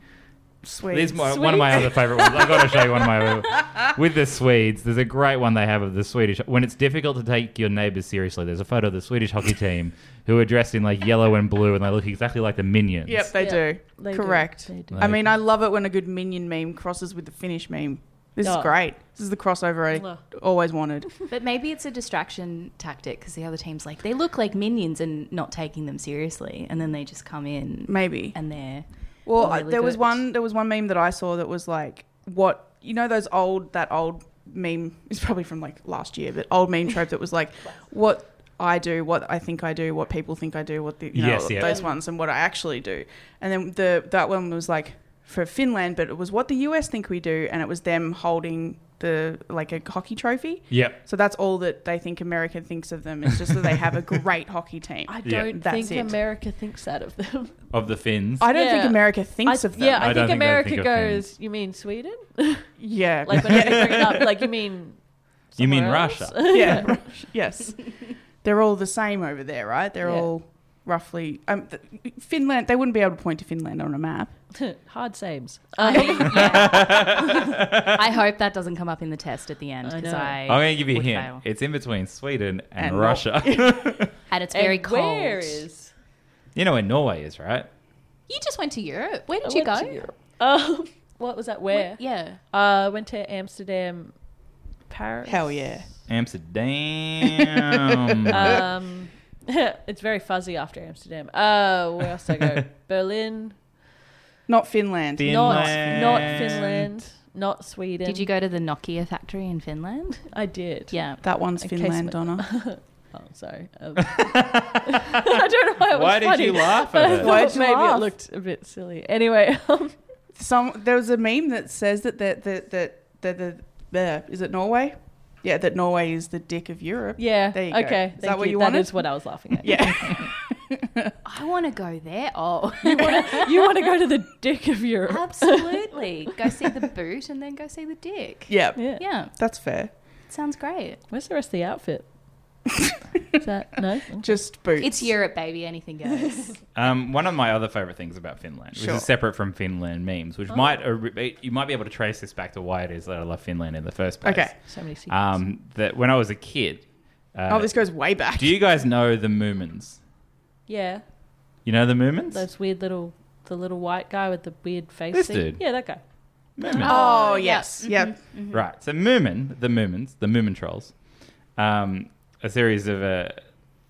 Speaker 1: Sweet.
Speaker 4: There's my, one of my other favourite ones. I've got to show you one of my other- with the Swedes. There's a great one they have of the Swedish. When it's difficult to take your neighbours seriously, there's a photo of the Swedish hockey team who are dressed in like yellow and blue, and they look exactly like the minions.
Speaker 1: Yep, they
Speaker 3: Yeah,
Speaker 1: do.
Speaker 3: they do.
Speaker 1: Correct.
Speaker 3: They do.
Speaker 1: I mean, I love it when a good minion meme crosses with the Finnish meme. This
Speaker 3: Yeah.
Speaker 1: is great. This is the crossover I
Speaker 3: Mwah.
Speaker 1: always wanted.
Speaker 2: But maybe it's a distraction tactic because the other team's like, they look like minions and not taking them seriously. And then they just come in
Speaker 1: Maybe.
Speaker 2: and they're.
Speaker 1: Well,
Speaker 2: really
Speaker 1: there was
Speaker 2: good.
Speaker 1: one. There was one meme that I saw that was like, "What you know? Those old that old meme is probably from like last year, but old meme trope that was like, what I do, what I think I do, what people think I do, what the you know,
Speaker 4: Yes, yeah.
Speaker 1: those ones, and what I actually do." And then the that one was like for Finland, but it was what the US think we do, and it was them holding the like a hockey trophy.
Speaker 4: Yep.
Speaker 1: So that's all that they think America thinks of them. It's just that they have a great hockey team.
Speaker 3: I
Speaker 4: Yeah.
Speaker 3: don't
Speaker 1: That's
Speaker 3: think
Speaker 1: it.
Speaker 3: America thinks that of them.
Speaker 4: Of the Finns.
Speaker 1: I don't
Speaker 3: Yeah.
Speaker 1: think America thinks
Speaker 3: I,
Speaker 1: of them.
Speaker 3: Yeah,
Speaker 4: I
Speaker 3: I, think
Speaker 4: don't think they
Speaker 3: America
Speaker 4: think of
Speaker 3: goes. You mean Sweden?
Speaker 1: yeah.
Speaker 3: like when I bring it up, like you mean.
Speaker 4: You mean
Speaker 3: somewhere else?
Speaker 4: Russia.
Speaker 1: yeah, Rush- yes. They're all the same over there, right? They're
Speaker 3: Yeah.
Speaker 1: all roughly um, th- Finland. They wouldn't be able to point to Finland on a map.
Speaker 3: Hard saves.
Speaker 2: I, yeah. I hope that doesn't come up in the test at the end
Speaker 3: I
Speaker 2: because
Speaker 3: know.
Speaker 2: I,
Speaker 4: I'm going to give you a
Speaker 2: would
Speaker 4: hint.
Speaker 2: fail.
Speaker 4: It's in between Sweden and,
Speaker 1: And
Speaker 4: Russia.
Speaker 2: and it's very
Speaker 3: And
Speaker 2: cold.
Speaker 3: Where is?
Speaker 4: you know where Norway is, right?
Speaker 2: You just went to Europe. Where did
Speaker 3: I
Speaker 2: you
Speaker 3: went
Speaker 2: go?
Speaker 3: to Europe. Um, what was that?
Speaker 2: Where-
Speaker 3: Where?
Speaker 2: Yeah.
Speaker 3: Uh, went to Amsterdam, Paris.
Speaker 1: Hell yeah.
Speaker 4: Amsterdam.
Speaker 3: Um, it's very fuzzy after Amsterdam. Uh, where else did I go? Berlin.
Speaker 1: Not Finland.
Speaker 4: The-
Speaker 3: Not not
Speaker 4: Finland.
Speaker 3: Finland. Not Sweden.
Speaker 2: Did you go to the Nokia factory in Finland?
Speaker 3: I did.
Speaker 2: Yeah.
Speaker 1: that one's
Speaker 3: In case
Speaker 1: Finland,
Speaker 3: we-
Speaker 1: Donna.
Speaker 3: Oh, sorry. Um, I don't know why it was
Speaker 4: Why did
Speaker 3: funny,
Speaker 4: you laugh
Speaker 3: but
Speaker 4: at
Speaker 3: I
Speaker 4: it?
Speaker 3: thought
Speaker 1: Why'd you
Speaker 3: maybe
Speaker 1: laugh?
Speaker 3: it looked a bit silly. Anyway, um,
Speaker 1: Some there was a meme that says that that that that that the the is it Norway? Yeah, that Norway is the dick of Europe.
Speaker 3: yeah.
Speaker 1: There you go.
Speaker 3: okay.
Speaker 1: Is that
Speaker 3: thank
Speaker 1: what you
Speaker 3: That
Speaker 1: wanted?
Speaker 3: is what I was laughing at.
Speaker 1: Yeah.
Speaker 2: I want to go there. Oh,
Speaker 3: you want to go to the dick of Europe?
Speaker 2: Um, absolutely. go see the boot and then go see the dick.
Speaker 1: yeah.
Speaker 3: Yeah.
Speaker 2: Yeah,
Speaker 1: That's fair.
Speaker 2: sounds great.
Speaker 3: Where's the rest of the outfit? Is that no? Mm,
Speaker 1: Just boots.
Speaker 2: It's Europe, baby. Anything goes.
Speaker 4: Um, one of my other favorite things about Finland, which
Speaker 1: Sure. Oh.
Speaker 4: is separate from Finland memes, which might might you might be able to trace this back to why it is that I love Finland in the first place.
Speaker 1: Okay.
Speaker 3: So many secrets.
Speaker 4: Um, that when I was a kid. Uh,
Speaker 1: oh, this goes way back.
Speaker 4: do you guys know the Moomins?
Speaker 3: yeah,
Speaker 4: You know the Moomins?
Speaker 3: those weird little, the little white guy with the weird face.
Speaker 4: This
Speaker 3: thing.
Speaker 4: dude.
Speaker 3: Yeah, that guy.
Speaker 4: Moomin.
Speaker 1: oh
Speaker 2: Oh,
Speaker 1: yes.
Speaker 2: yeah.
Speaker 1: Yep.
Speaker 4: Right. So Moomin, the Moomins, the Moomin trolls, um, a series of uh,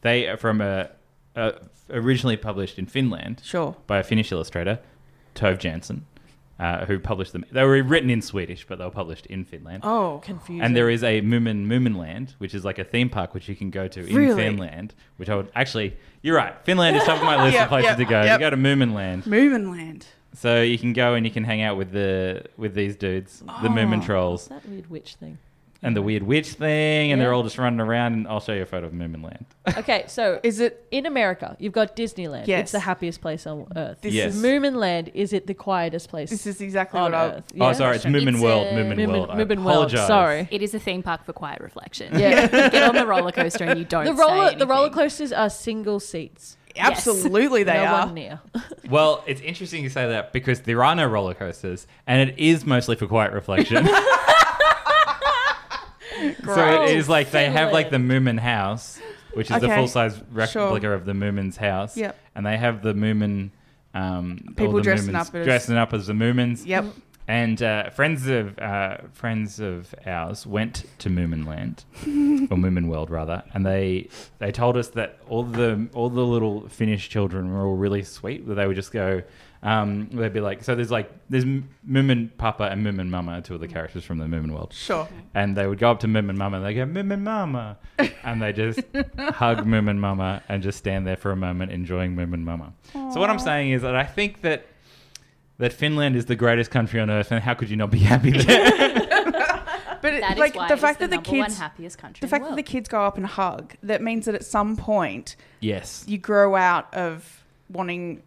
Speaker 4: they are from a, a originally published in Finland
Speaker 1: Sure.
Speaker 4: by a Finnish illustrator, Tove Jansson, uh, who published them. They were written in Swedish, but they were published in Finland.
Speaker 1: Oh.
Speaker 3: Confusing.
Speaker 4: And there is a Moomin Moominland, which is like a theme park which you can go to in
Speaker 1: Really?
Speaker 4: Finland. Which I would actually, you're right. Finland is top of my list
Speaker 1: Yep,
Speaker 4: of places
Speaker 1: yep,
Speaker 4: to go.
Speaker 1: yep.
Speaker 4: You go to Moominland,
Speaker 1: Moominland.
Speaker 4: so you can go and you can hang out with the with these dudes, the Moomin trolls,
Speaker 3: What's that weird witch thing?
Speaker 4: and the weird witch thing, and they're
Speaker 3: Yeah.
Speaker 4: all just running around. And I'll show you a photo of Moominland.
Speaker 3: Okay, so
Speaker 1: Is it?
Speaker 3: in America, you've got Disneyland.
Speaker 1: Yes.
Speaker 3: It's the happiest place on earth.
Speaker 1: This
Speaker 4: Yes.
Speaker 1: is.
Speaker 3: Moominland is it the quietest place
Speaker 1: This is exactly
Speaker 3: on
Speaker 1: what I.
Speaker 3: earth?
Speaker 4: Oh, sorry, it's Moomin
Speaker 2: It's
Speaker 4: World,
Speaker 2: a-
Speaker 4: Moomin,
Speaker 3: Moomin-
Speaker 4: World. I
Speaker 3: Moomin World,
Speaker 4: apologize.
Speaker 3: sorry.
Speaker 2: It is a theme park for quiet reflection.
Speaker 3: Yeah.
Speaker 2: You get on the roller coaster and you don't.
Speaker 3: The
Speaker 2: say
Speaker 3: roller, the roller
Speaker 2: anything.
Speaker 3: coasters are single seats.
Speaker 1: Absolutely, they
Speaker 3: no
Speaker 1: are. Oh.
Speaker 3: one near.
Speaker 4: Well, it's interesting you say that because there are no roller coasters, and it is mostly for quiet reflection. so
Speaker 1: Gross.
Speaker 4: it is like they have like the Moomin house, which is the
Speaker 1: Okay.
Speaker 4: full size replica
Speaker 1: Sure.
Speaker 4: of the Moomin's house.
Speaker 1: Yep.
Speaker 4: And they have the Moomin um, all
Speaker 1: People
Speaker 4: the
Speaker 1: dressing
Speaker 4: Moomins
Speaker 1: up as-
Speaker 4: dressing up as the Moomins.
Speaker 1: Yep.
Speaker 4: And uh, friends of uh, friends of ours went to Moominland, or Moomin World rather, and they they told us that all the all the little Finnish children were all really sweet. That they would just go, um, they'd be like, so there's like there's M- Moomin Papa and Moomin Mama, two of the characters from the Moomin World,
Speaker 1: Sure.
Speaker 4: and they would go up to Mim and Mama and they go Mim and Mama, and they just hug Mim and Mama and just stand there for a moment enjoying Mim and Mama. So what I'm saying is that I think that that Finland is the greatest country on earth, and how could you not be happy there?
Speaker 1: But
Speaker 2: That
Speaker 1: it,
Speaker 2: is
Speaker 1: like
Speaker 2: why
Speaker 1: the
Speaker 2: it's
Speaker 1: fact that the
Speaker 2: number one
Speaker 1: kids,
Speaker 2: happiest country.
Speaker 1: the
Speaker 2: in
Speaker 1: fact that
Speaker 2: world.
Speaker 1: the kids go up and hug, that means that at some point
Speaker 4: yes.
Speaker 1: you grow out of wanting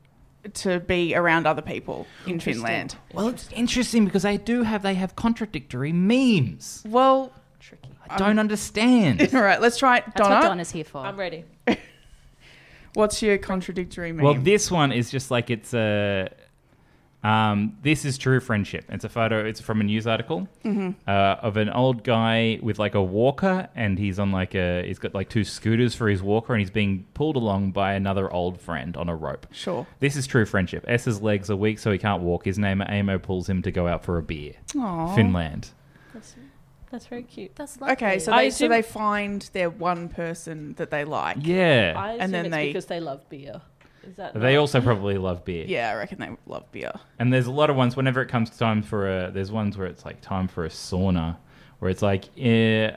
Speaker 1: to be around other people in Finland.
Speaker 4: Well, it's interesting because they do have they have contradictory memes.
Speaker 1: Well,
Speaker 2: tricky.
Speaker 4: I don't understand.
Speaker 1: all right. Let's try it,
Speaker 2: That's what
Speaker 1: Donna.
Speaker 2: Donna's here for.
Speaker 3: I'm ready.
Speaker 1: What's your contradictory meme?
Speaker 4: Well, this one is just like it's a. Um, this is true friendship. It's a photo. It's from a news article uh, of an old guy with like a walker, and he's on like a. He's got like two scooters for his walker, and he's being pulled along by another old friend on a rope.
Speaker 1: sure.
Speaker 4: This is true friendship.
Speaker 3: Oh.
Speaker 4: S's legs are weak, so he can't walk. His name Amo pulls him to go out for a beer.
Speaker 1: Aw.
Speaker 4: Finland.
Speaker 3: That's, that's very cute.
Speaker 2: That's lovely.
Speaker 1: Okay, so
Speaker 3: I
Speaker 1: they, so
Speaker 3: assume-
Speaker 1: they find their one person that they like.
Speaker 4: Yeah.
Speaker 3: I assume
Speaker 1: And then
Speaker 3: it's
Speaker 1: they-
Speaker 3: because they love beer. Is that
Speaker 4: They
Speaker 3: not-
Speaker 4: also probably love beer.
Speaker 1: Yeah, I reckon they love beer.
Speaker 4: And there's a lot of ones whenever it comes time for a there's ones where it's like time for a sauna where it's like eh,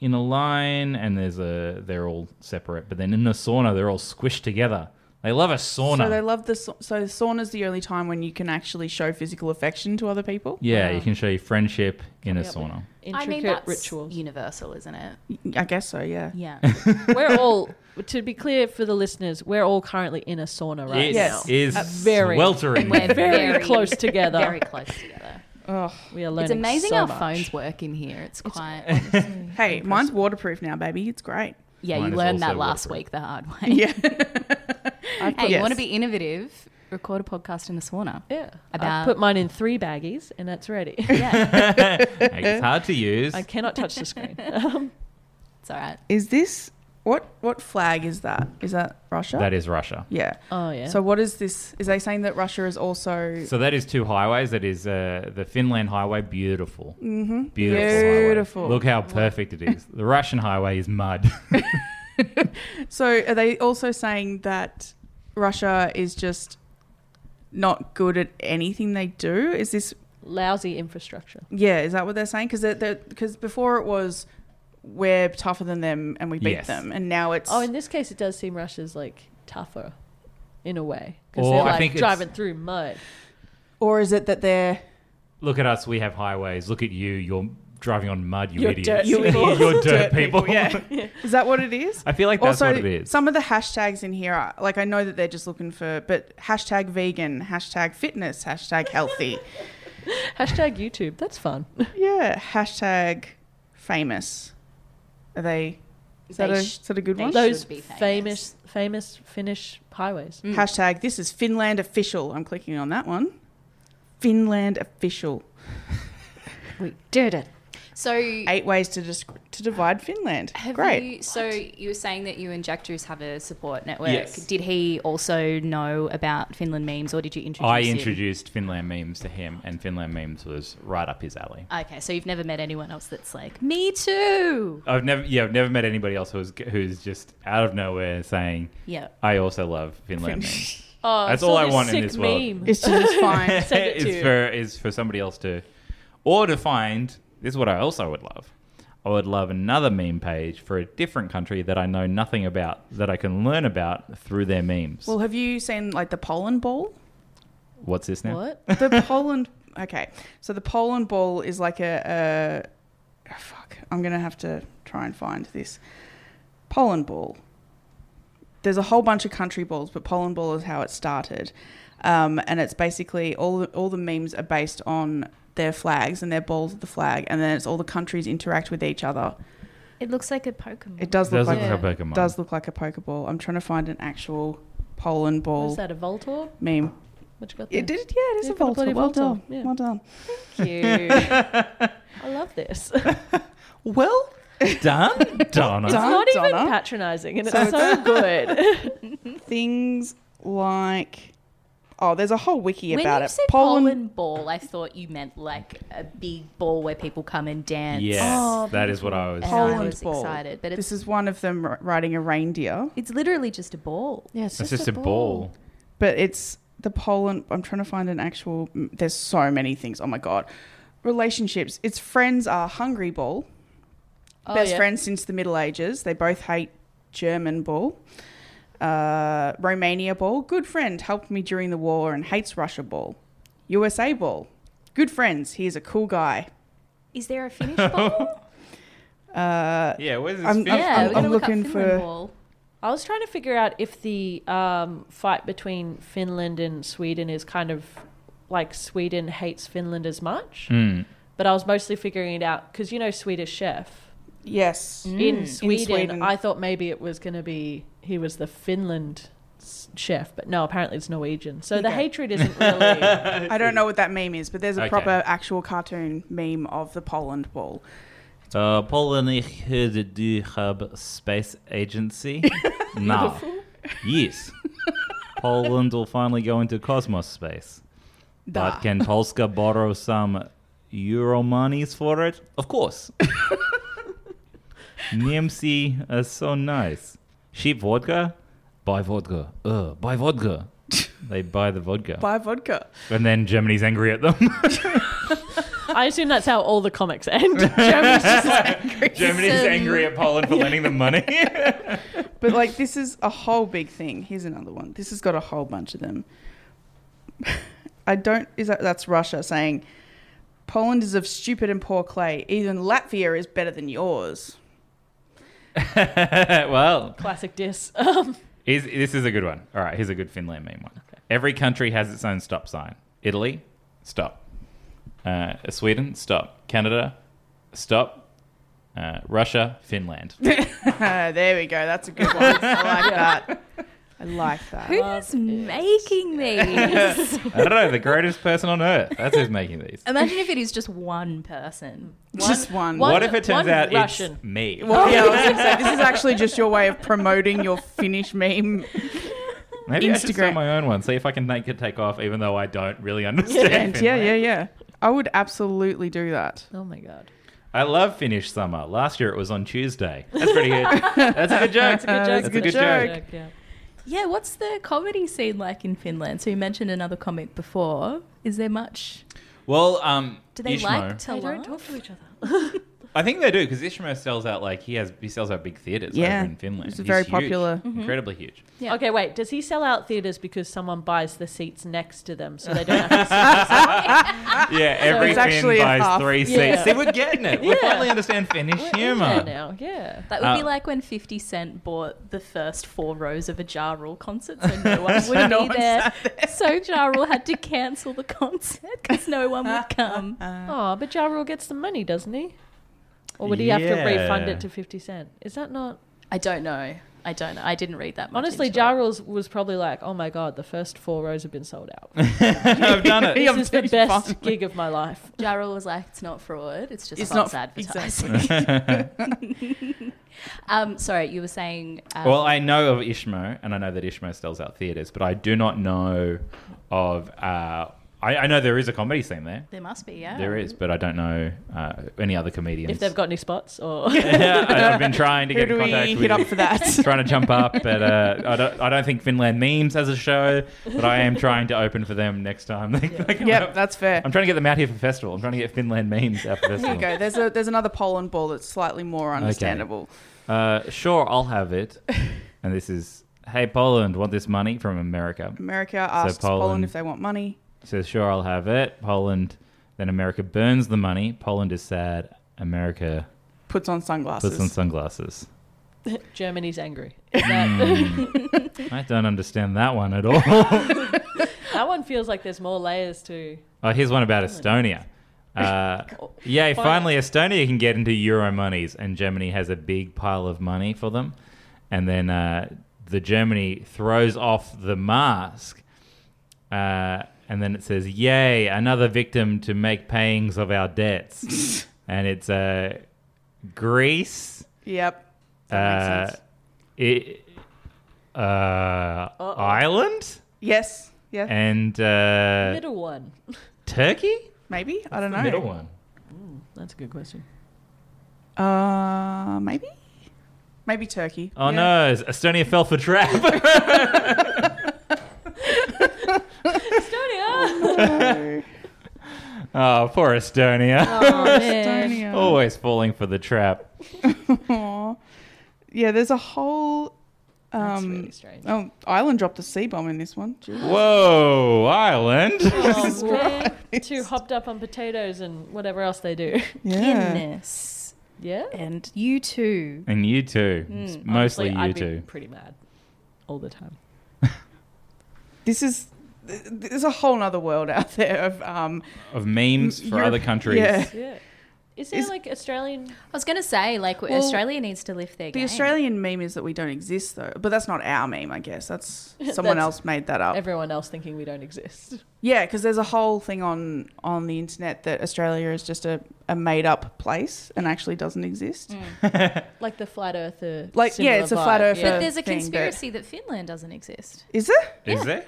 Speaker 4: in a line and there's a they're all separate but then in the sauna they're all squished together. They love a sauna.
Speaker 1: So they love the sa- so sauna's the only time when you can actually show physical affection to other people.
Speaker 4: yeah, you
Speaker 3: Wow.
Speaker 4: can show your friendship in
Speaker 3: Coming
Speaker 4: a
Speaker 3: up with-
Speaker 4: sauna.
Speaker 2: I
Speaker 3: intricate
Speaker 2: mean, that's
Speaker 3: rituals.
Speaker 2: universal, isn't it?
Speaker 1: I guess so. Yeah.
Speaker 2: Yeah.
Speaker 3: we're all, to be clear for the listeners, we're all currently in a sauna right
Speaker 4: It
Speaker 1: Yes.
Speaker 3: now.
Speaker 4: is
Speaker 3: Uh, very-
Speaker 4: sweltering.
Speaker 2: We're
Speaker 4: there.
Speaker 3: very close together.
Speaker 2: Very close together.
Speaker 1: Oh,
Speaker 3: We are learning
Speaker 2: it's amazing
Speaker 3: so
Speaker 2: how
Speaker 3: much.
Speaker 2: phones work in here. It's quite.
Speaker 1: hey, mine's waterproof now, baby. It's great.
Speaker 2: yeah,
Speaker 4: Mine
Speaker 2: you
Speaker 4: is
Speaker 2: learned that
Speaker 4: also
Speaker 2: last
Speaker 4: waterproof.
Speaker 2: week the hard way.
Speaker 1: Yeah.
Speaker 2: Hey, you
Speaker 1: Yes.
Speaker 2: want to be innovative? Record a podcast in the sauna.
Speaker 3: Yeah. I
Speaker 2: About-
Speaker 3: put mine in three baggies and it's ready.
Speaker 2: Yeah,
Speaker 4: it's hard to use.
Speaker 3: I cannot touch the screen. Um,
Speaker 2: it's all right.
Speaker 1: Is this what what flag is that? Is that Russia?
Speaker 4: That is Russia.
Speaker 1: yeah.
Speaker 3: oh, yeah.
Speaker 1: So what is this? Is they saying that Russia is also
Speaker 4: So that is two highways. That is uh, the Finland highway, beautiful,
Speaker 1: Mhm.
Speaker 4: beautiful, highway.
Speaker 1: Beautiful.
Speaker 4: Look how perfect it is. The Russian highway is mud.
Speaker 1: So are they also saying that Russia is just not good at anything they do? Is this
Speaker 3: Lousy infrastructure.
Speaker 1: yeah? Is that what they're saying? Because because before it was we're tougher than them and we beat
Speaker 4: Yes.
Speaker 1: them, and now it's
Speaker 3: Oh, in this case, it does seem Russia's like tougher in a way because
Speaker 4: Or
Speaker 3: they're
Speaker 4: Oh, I
Speaker 3: like
Speaker 4: think it's-
Speaker 3: driving through mud.
Speaker 1: or is it that they're
Speaker 4: Look at us. We have highways. Look at you. You're driving on mud. You
Speaker 3: You're
Speaker 4: idiot.
Speaker 3: dirt
Speaker 4: You're
Speaker 3: people.
Speaker 4: dirt, people.
Speaker 1: Yeah, is that what it is?
Speaker 4: I feel like that's
Speaker 1: Also,
Speaker 4: what it is.
Speaker 1: some of the hashtags in here are like I know that they're just looking for, but hashtag vegan, hashtag fitness, hashtag healthy,
Speaker 3: Hashtag YouTube. That's fun.
Speaker 1: yeah, hashtag famous. Are they? Is that,
Speaker 2: They
Speaker 1: a,
Speaker 2: sh-
Speaker 1: is that a good
Speaker 2: they
Speaker 1: one?
Speaker 2: should
Speaker 3: Those
Speaker 2: be
Speaker 3: famous, famous Finnish highways.
Speaker 2: Mm.
Speaker 1: Hashtag this is Finland official. I'm clicking on that one. Finland official.
Speaker 2: We did it. So,
Speaker 1: Eight ways to dis- to divide Finland.
Speaker 2: have
Speaker 1: Great.
Speaker 2: you? So you were saying that you and Jack Drews have a support network.
Speaker 4: Yes.
Speaker 2: Did he also know about Finland memes, or did you introduce?
Speaker 4: I
Speaker 2: him?
Speaker 4: introduced Finland memes to him, and Finland memes was right up his alley.
Speaker 2: Okay, so you've never met anyone else that's like me too.
Speaker 4: I've never, yeah, I've never met anybody else who's who's just out of nowhere saying,
Speaker 2: Yeah.
Speaker 4: "I also love Finland memes."
Speaker 3: Oh,
Speaker 4: That's
Speaker 3: saw
Speaker 4: all I
Speaker 3: this
Speaker 4: want in
Speaker 3: sick
Speaker 4: this world.
Speaker 3: meme.
Speaker 1: It's just fine.
Speaker 3: Send it to
Speaker 4: is
Speaker 3: you.
Speaker 4: for is for somebody else to, or to find. This is what I also would love. I would love another meme page for a different country that I know nothing about that I can learn about through their memes.
Speaker 1: well, have you seen like the Poland ball?
Speaker 4: What's this now?
Speaker 3: What?
Speaker 1: The Poland. Okay, so the Poland ball is like a, a oh, fuck. I'm gonna have to try and find this Poland ball. There's a whole bunch of country balls, but Poland ball is how it started, um, and it's basically all the, all the memes are based on their flags and their balls of the flag, and then it's all the countries interact with each other.
Speaker 2: It looks like a Pokemon.
Speaker 1: It does look
Speaker 4: Does
Speaker 1: like
Speaker 4: look
Speaker 1: it
Speaker 4: like a Pokemon.
Speaker 1: does look like a pokeball. I'm trying to find an actual Poland
Speaker 3: Was
Speaker 1: ball
Speaker 3: that a Voltorb?
Speaker 1: meme.
Speaker 3: What you got there?
Speaker 1: It did, yeah, it is
Speaker 3: Yeah,
Speaker 1: a
Speaker 3: got a bloody
Speaker 1: Volta. Well done,
Speaker 3: Voltorb, yeah.
Speaker 1: well done.
Speaker 3: Cute. I love this. It's
Speaker 1: Well
Speaker 4: Done, Donna.
Speaker 1: Done.
Speaker 3: not even
Speaker 1: Donna.
Speaker 3: patronizing, and it's
Speaker 1: So
Speaker 3: so, good.
Speaker 1: things like oh, there's a whole wiki
Speaker 2: when
Speaker 1: about
Speaker 2: you
Speaker 1: it.
Speaker 2: said Poland, ball, I thought you meant like a big ball where people come and dance.
Speaker 4: Yes,
Speaker 3: Oh,
Speaker 4: that is what I was.
Speaker 2: And
Speaker 1: Poland
Speaker 2: I was
Speaker 1: ball.
Speaker 2: excited, but it's
Speaker 1: This is one of them r- riding a reindeer,
Speaker 2: it's literally just a ball.
Speaker 3: Yeah,
Speaker 4: It's just a ball.
Speaker 1: but it's the Poland. I'm trying to find an actual. mm, There's so many things. Oh my god, relationships. It's friends are hungry ball.
Speaker 3: Oh,
Speaker 1: Best
Speaker 3: yeah.
Speaker 1: friends since the Middle Ages. They both hate German ball. Uh, Romania ball. Good friend helped me during the war and hates Russia ball. USA ball. Good friends. He is a cool guy.
Speaker 2: Is there a Finnish ball?
Speaker 1: Uh,
Speaker 4: Yeah, where's this?
Speaker 1: I'm-
Speaker 4: Finland?
Speaker 2: yeah,
Speaker 1: I'm-
Speaker 2: we're gonna
Speaker 1: I'm
Speaker 2: look up
Speaker 1: looking
Speaker 2: Finland
Speaker 1: for-
Speaker 2: ball.
Speaker 3: I was trying to figure out if the um, fight between Finland and Sweden is kind of like Sweden hates Finland as much,
Speaker 1: Hmm.
Speaker 4: Mm.
Speaker 3: but I was mostly figuring it out because you know Swedish chef
Speaker 1: yes. Hmm.
Speaker 3: in, Sweden,
Speaker 1: Sweden.
Speaker 3: I thought maybe it was going to be he was the Finland s- chef, but no, apparently it's Norwegian. So the
Speaker 1: Okay.
Speaker 3: hatred isn't really.
Speaker 1: I don't know what that meme is, but there's a
Speaker 4: Okay.
Speaker 1: proper actual cartoon meme of the Poland ball.
Speaker 4: Uh, Poland, ich höre, du hab space agency. now, yes, Poland will finally go into cosmos space.
Speaker 1: Da.
Speaker 4: But can Polska borrow some euro monies for it? Of course. Nimsi is so nice. Cheap vodka? Buy vodka. Ugh, buy vodka. they buy the vodka.
Speaker 1: Buy vodka.
Speaker 4: and then Germany's angry at them.
Speaker 3: I assume that's how all the comics end.
Speaker 1: Germany's just angry.
Speaker 4: Germany's
Speaker 2: So-
Speaker 4: angry at Poland for lending them money.
Speaker 1: But like, this is a whole big thing. Here's another one. This has got a whole bunch of them. I don't. Is that that's Russia saying Poland is of stupid and poor clay. Even Latvia is better than yours.
Speaker 4: well,
Speaker 3: Classic diss. Um,
Speaker 4: Is, this is a good one. All right, here's a good Finland meme one. Every country has its own stop sign. Italy, stop. Uh, Sweden, stop. Canada, stop. Uh, Russia, Finland.
Speaker 1: there we go. That's a good one. I like that. I like that.
Speaker 2: Who's
Speaker 3: Love it.
Speaker 2: making these?
Speaker 4: I don't know, the greatest person on earth. That's who's making these.
Speaker 2: Imagine if it is just one person.
Speaker 1: Just one.
Speaker 3: one-
Speaker 4: what if it turns
Speaker 3: one
Speaker 4: out
Speaker 3: Russian.
Speaker 4: it's me?
Speaker 1: Well, yeah, I was gonna say, this is actually just your way of promoting your Finnish meme
Speaker 4: Maybe I should
Speaker 1: Instagram.
Speaker 4: start my own one, see if I can make it take off, even though I don't really understand.
Speaker 1: And yeah, yeah,
Speaker 4: Finland.
Speaker 1: yeah. I would absolutely do that.
Speaker 3: oh my god.
Speaker 4: I love Finnish summer. Last year it was on Tuesday. That's pretty good. That's a good joke.
Speaker 1: Uh, it's a
Speaker 4: That's a
Speaker 1: good
Speaker 4: good
Speaker 1: joke.
Speaker 4: joke.
Speaker 3: yeah.
Speaker 2: Yeah, what's the comedy scene like in Finland? So you mentioned another comic before. Is there much?
Speaker 4: Well, um,
Speaker 2: Do they
Speaker 4: Ishmo-
Speaker 2: like to
Speaker 3: They
Speaker 2: laugh?
Speaker 3: don't talk to each other.
Speaker 4: I think they do because Ishmael sells out like he has he sells out big theaters
Speaker 1: Yeah.
Speaker 4: over in Finland.
Speaker 1: He's
Speaker 4: He's
Speaker 1: very
Speaker 4: huge,
Speaker 1: popular.
Speaker 4: incredibly huge.
Speaker 2: Yeah.
Speaker 3: Okay, wait. Does he sell out theaters because someone buys the seats next to them so they don't have to sit beside
Speaker 4: Yeah, every
Speaker 1: it's
Speaker 4: Finn
Speaker 1: actually a
Speaker 4: buys
Speaker 1: half.
Speaker 4: three
Speaker 3: Yeah.
Speaker 4: seats. See, we're getting it. We
Speaker 3: Yeah.
Speaker 4: finally understand Finnish
Speaker 3: there
Speaker 4: humor.
Speaker 3: now? Yeah.
Speaker 2: That would be
Speaker 4: Uh,
Speaker 2: like when 50 Cent bought the first four rows of a Ja Rule concert, so no one would
Speaker 1: No
Speaker 2: be
Speaker 1: one
Speaker 2: there. So Ja Rule had to cancel the concert because no one
Speaker 1: Uh-huh.
Speaker 2: would come.
Speaker 3: Oh, but Ja Rule gets the money, doesn't he? Or would he have to refund
Speaker 4: Yeah.
Speaker 3: it to 50 Cent? Is that not.
Speaker 2: I don't know. I don't know. I didn't read that much.
Speaker 3: Honestly,
Speaker 2: into
Speaker 3: Ja
Speaker 2: it.
Speaker 3: Rule's was probably like, oh my god, the first four rows have been sold out.
Speaker 4: I've done it.
Speaker 3: This
Speaker 1: Yeah,
Speaker 3: is the
Speaker 1: they
Speaker 3: best
Speaker 1: finally-
Speaker 3: gig of my life.
Speaker 2: Ja Rule was like, it's not fraud, it's just
Speaker 1: It's
Speaker 2: false
Speaker 1: not-
Speaker 2: advertising. um, sorry, you were saying. Um,
Speaker 4: Well, I know of Ishmo, and I know that Ishmo sells out theaters, but I do not know of. Uh, I, I know there is a comedy scene there.
Speaker 2: there must be,
Speaker 1: Oh.
Speaker 2: yeah.
Speaker 4: There is, but I don't know uh, any other comedians.
Speaker 3: If they've got any spots or.
Speaker 4: yeah, I- I've been trying to
Speaker 1: Who
Speaker 4: get
Speaker 1: do
Speaker 4: in
Speaker 1: we
Speaker 4: contact
Speaker 1: hit
Speaker 4: with
Speaker 1: up for that?
Speaker 4: trying to jump up, but uh, I, don't, I don't think Finland memes has a show. But I am trying to open for them next time. They- they come
Speaker 1: yep,
Speaker 4: up.
Speaker 1: that's fair.
Speaker 4: I'm trying to get them out here for festival. I'm trying to get Finland memes out for
Speaker 1: There you
Speaker 4: festival.
Speaker 1: go. There's a there's another Poland ball that's slightly more understandable.
Speaker 4: Uh, sure, I'll have it. And this is, hey Poland, want this money from America?
Speaker 1: America asks Poland,
Speaker 4: Poland-
Speaker 1: if they want money.
Speaker 4: Says sure, I'll have it. Poland, then America burns the money. Poland is sad. America
Speaker 1: Puts on sunglasses.
Speaker 4: puts on sunglasses.
Speaker 3: Germany's angry. Is
Speaker 4: Mm.
Speaker 3: that,
Speaker 4: I don't understand that one at all.
Speaker 3: that one feels like there's more layers to.
Speaker 4: Oh, here's one about Estonia. Uh, yay, finally, Estonia can get into euro monies, and Germany has a big pile of money for them. And then uh, the Germany throws off the mask, uh, and then it says, Yay, another victim to make payings of our debts. and it's uh, Greece.
Speaker 1: yep. That makes
Speaker 4: uh,
Speaker 1: sense.
Speaker 4: I- uh, Ireland
Speaker 1: Yes. Yeah.
Speaker 4: and uh,
Speaker 3: Middle one.
Speaker 4: Turkey?
Speaker 1: maybe. I don't know.
Speaker 4: Middle one.
Speaker 3: That's a good question.
Speaker 1: Uh, maybe. Maybe Turkey.
Speaker 4: Oh
Speaker 1: Yeah.
Speaker 4: no, Estonia fell for trap.
Speaker 3: Estonia!
Speaker 4: oh, poor Estonia.
Speaker 3: Oh, man.
Speaker 1: Estonia.
Speaker 4: Always falling for the trap.
Speaker 1: Aw. Yeah. There's a whole.
Speaker 3: That's
Speaker 1: Um,
Speaker 3: really strange.
Speaker 1: Oh, Ireland dropped a C bomb in this one. Gee.
Speaker 4: Whoa, Ireland.
Speaker 3: Oh, man. Too hopped up on potatoes and whatever else they do.
Speaker 1: Yeah.
Speaker 2: Guinness.
Speaker 3: Yeah?
Speaker 2: And you too.
Speaker 4: And you too.
Speaker 1: Hmm,
Speaker 4: It's
Speaker 3: Honestly,
Speaker 4: mostly you
Speaker 3: I'd be
Speaker 4: two.
Speaker 3: pretty mad all the time.
Speaker 1: This is. th- There's a whole other world out there of um,
Speaker 4: Of memes
Speaker 1: Mm,
Speaker 4: for
Speaker 1: Europe-
Speaker 4: other countries.
Speaker 1: yeah.
Speaker 3: Yeah. Is there
Speaker 1: Is-
Speaker 3: like Australian?
Speaker 2: I was going to say, like,
Speaker 1: Well,
Speaker 2: Australia needs to lift their
Speaker 1: The
Speaker 2: game.
Speaker 1: Australian meme is that we don't exist, though. But that's not our meme, I guess. That's someone
Speaker 3: That's-
Speaker 1: else made that up.
Speaker 3: Everyone else thinking we don't exist.
Speaker 1: yeah, because there's a whole thing on on the internet that Australia is just a, a made up place and actually doesn't exist.
Speaker 2: Mm.
Speaker 3: Like the flat earther.
Speaker 1: Like, yeah,
Speaker 3: similar
Speaker 1: it's a
Speaker 3: vibe,
Speaker 1: flat
Speaker 3: yeah.
Speaker 1: earther.
Speaker 2: But there's a
Speaker 1: thing, but-
Speaker 2: conspiracy that Finland doesn't exist.
Speaker 1: Is it?
Speaker 4: Is there?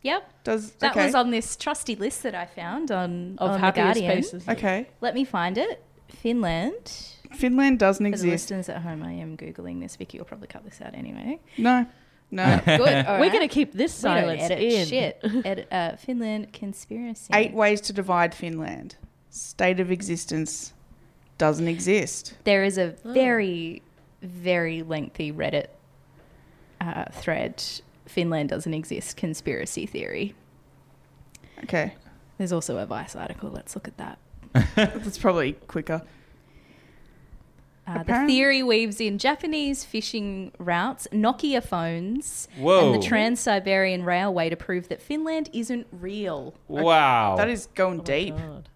Speaker 2: Yep.
Speaker 1: Does
Speaker 2: That
Speaker 1: okay.
Speaker 2: was on this trusty list that I found on,
Speaker 3: of
Speaker 2: on The
Speaker 3: happiest
Speaker 2: Guardian.
Speaker 3: places.
Speaker 1: okay.
Speaker 2: Let me find it. Finland.
Speaker 1: Finland doesn't
Speaker 2: For the
Speaker 1: exist.
Speaker 2: listeners at home, I am Googling this. Vicky, you'll probably cut this out anyway.
Speaker 1: No, no.
Speaker 2: Good. all
Speaker 3: We're
Speaker 2: right.
Speaker 3: going to keep this
Speaker 2: We don't
Speaker 3: silence
Speaker 2: edit
Speaker 3: in. Oh
Speaker 2: shit. Edit, uh, Finland conspiracy.
Speaker 1: Eight ways to divide Finland. State of existence doesn't exist.
Speaker 2: There is a very, very lengthy Reddit uh, thread. Finland doesn't exist. Conspiracy theory.
Speaker 1: Okay,
Speaker 2: There's also a Vice article. Let's look at that.
Speaker 1: that's probably quicker.
Speaker 2: Uh, the
Speaker 1: Apparent-
Speaker 2: theory weaves in Japanese fishing routes, Nokia phones,
Speaker 4: Whoa.
Speaker 2: and the Trans Siberian Railway to prove that Finland isn't real.
Speaker 4: Wow.
Speaker 1: That is going deep.
Speaker 3: Oh God.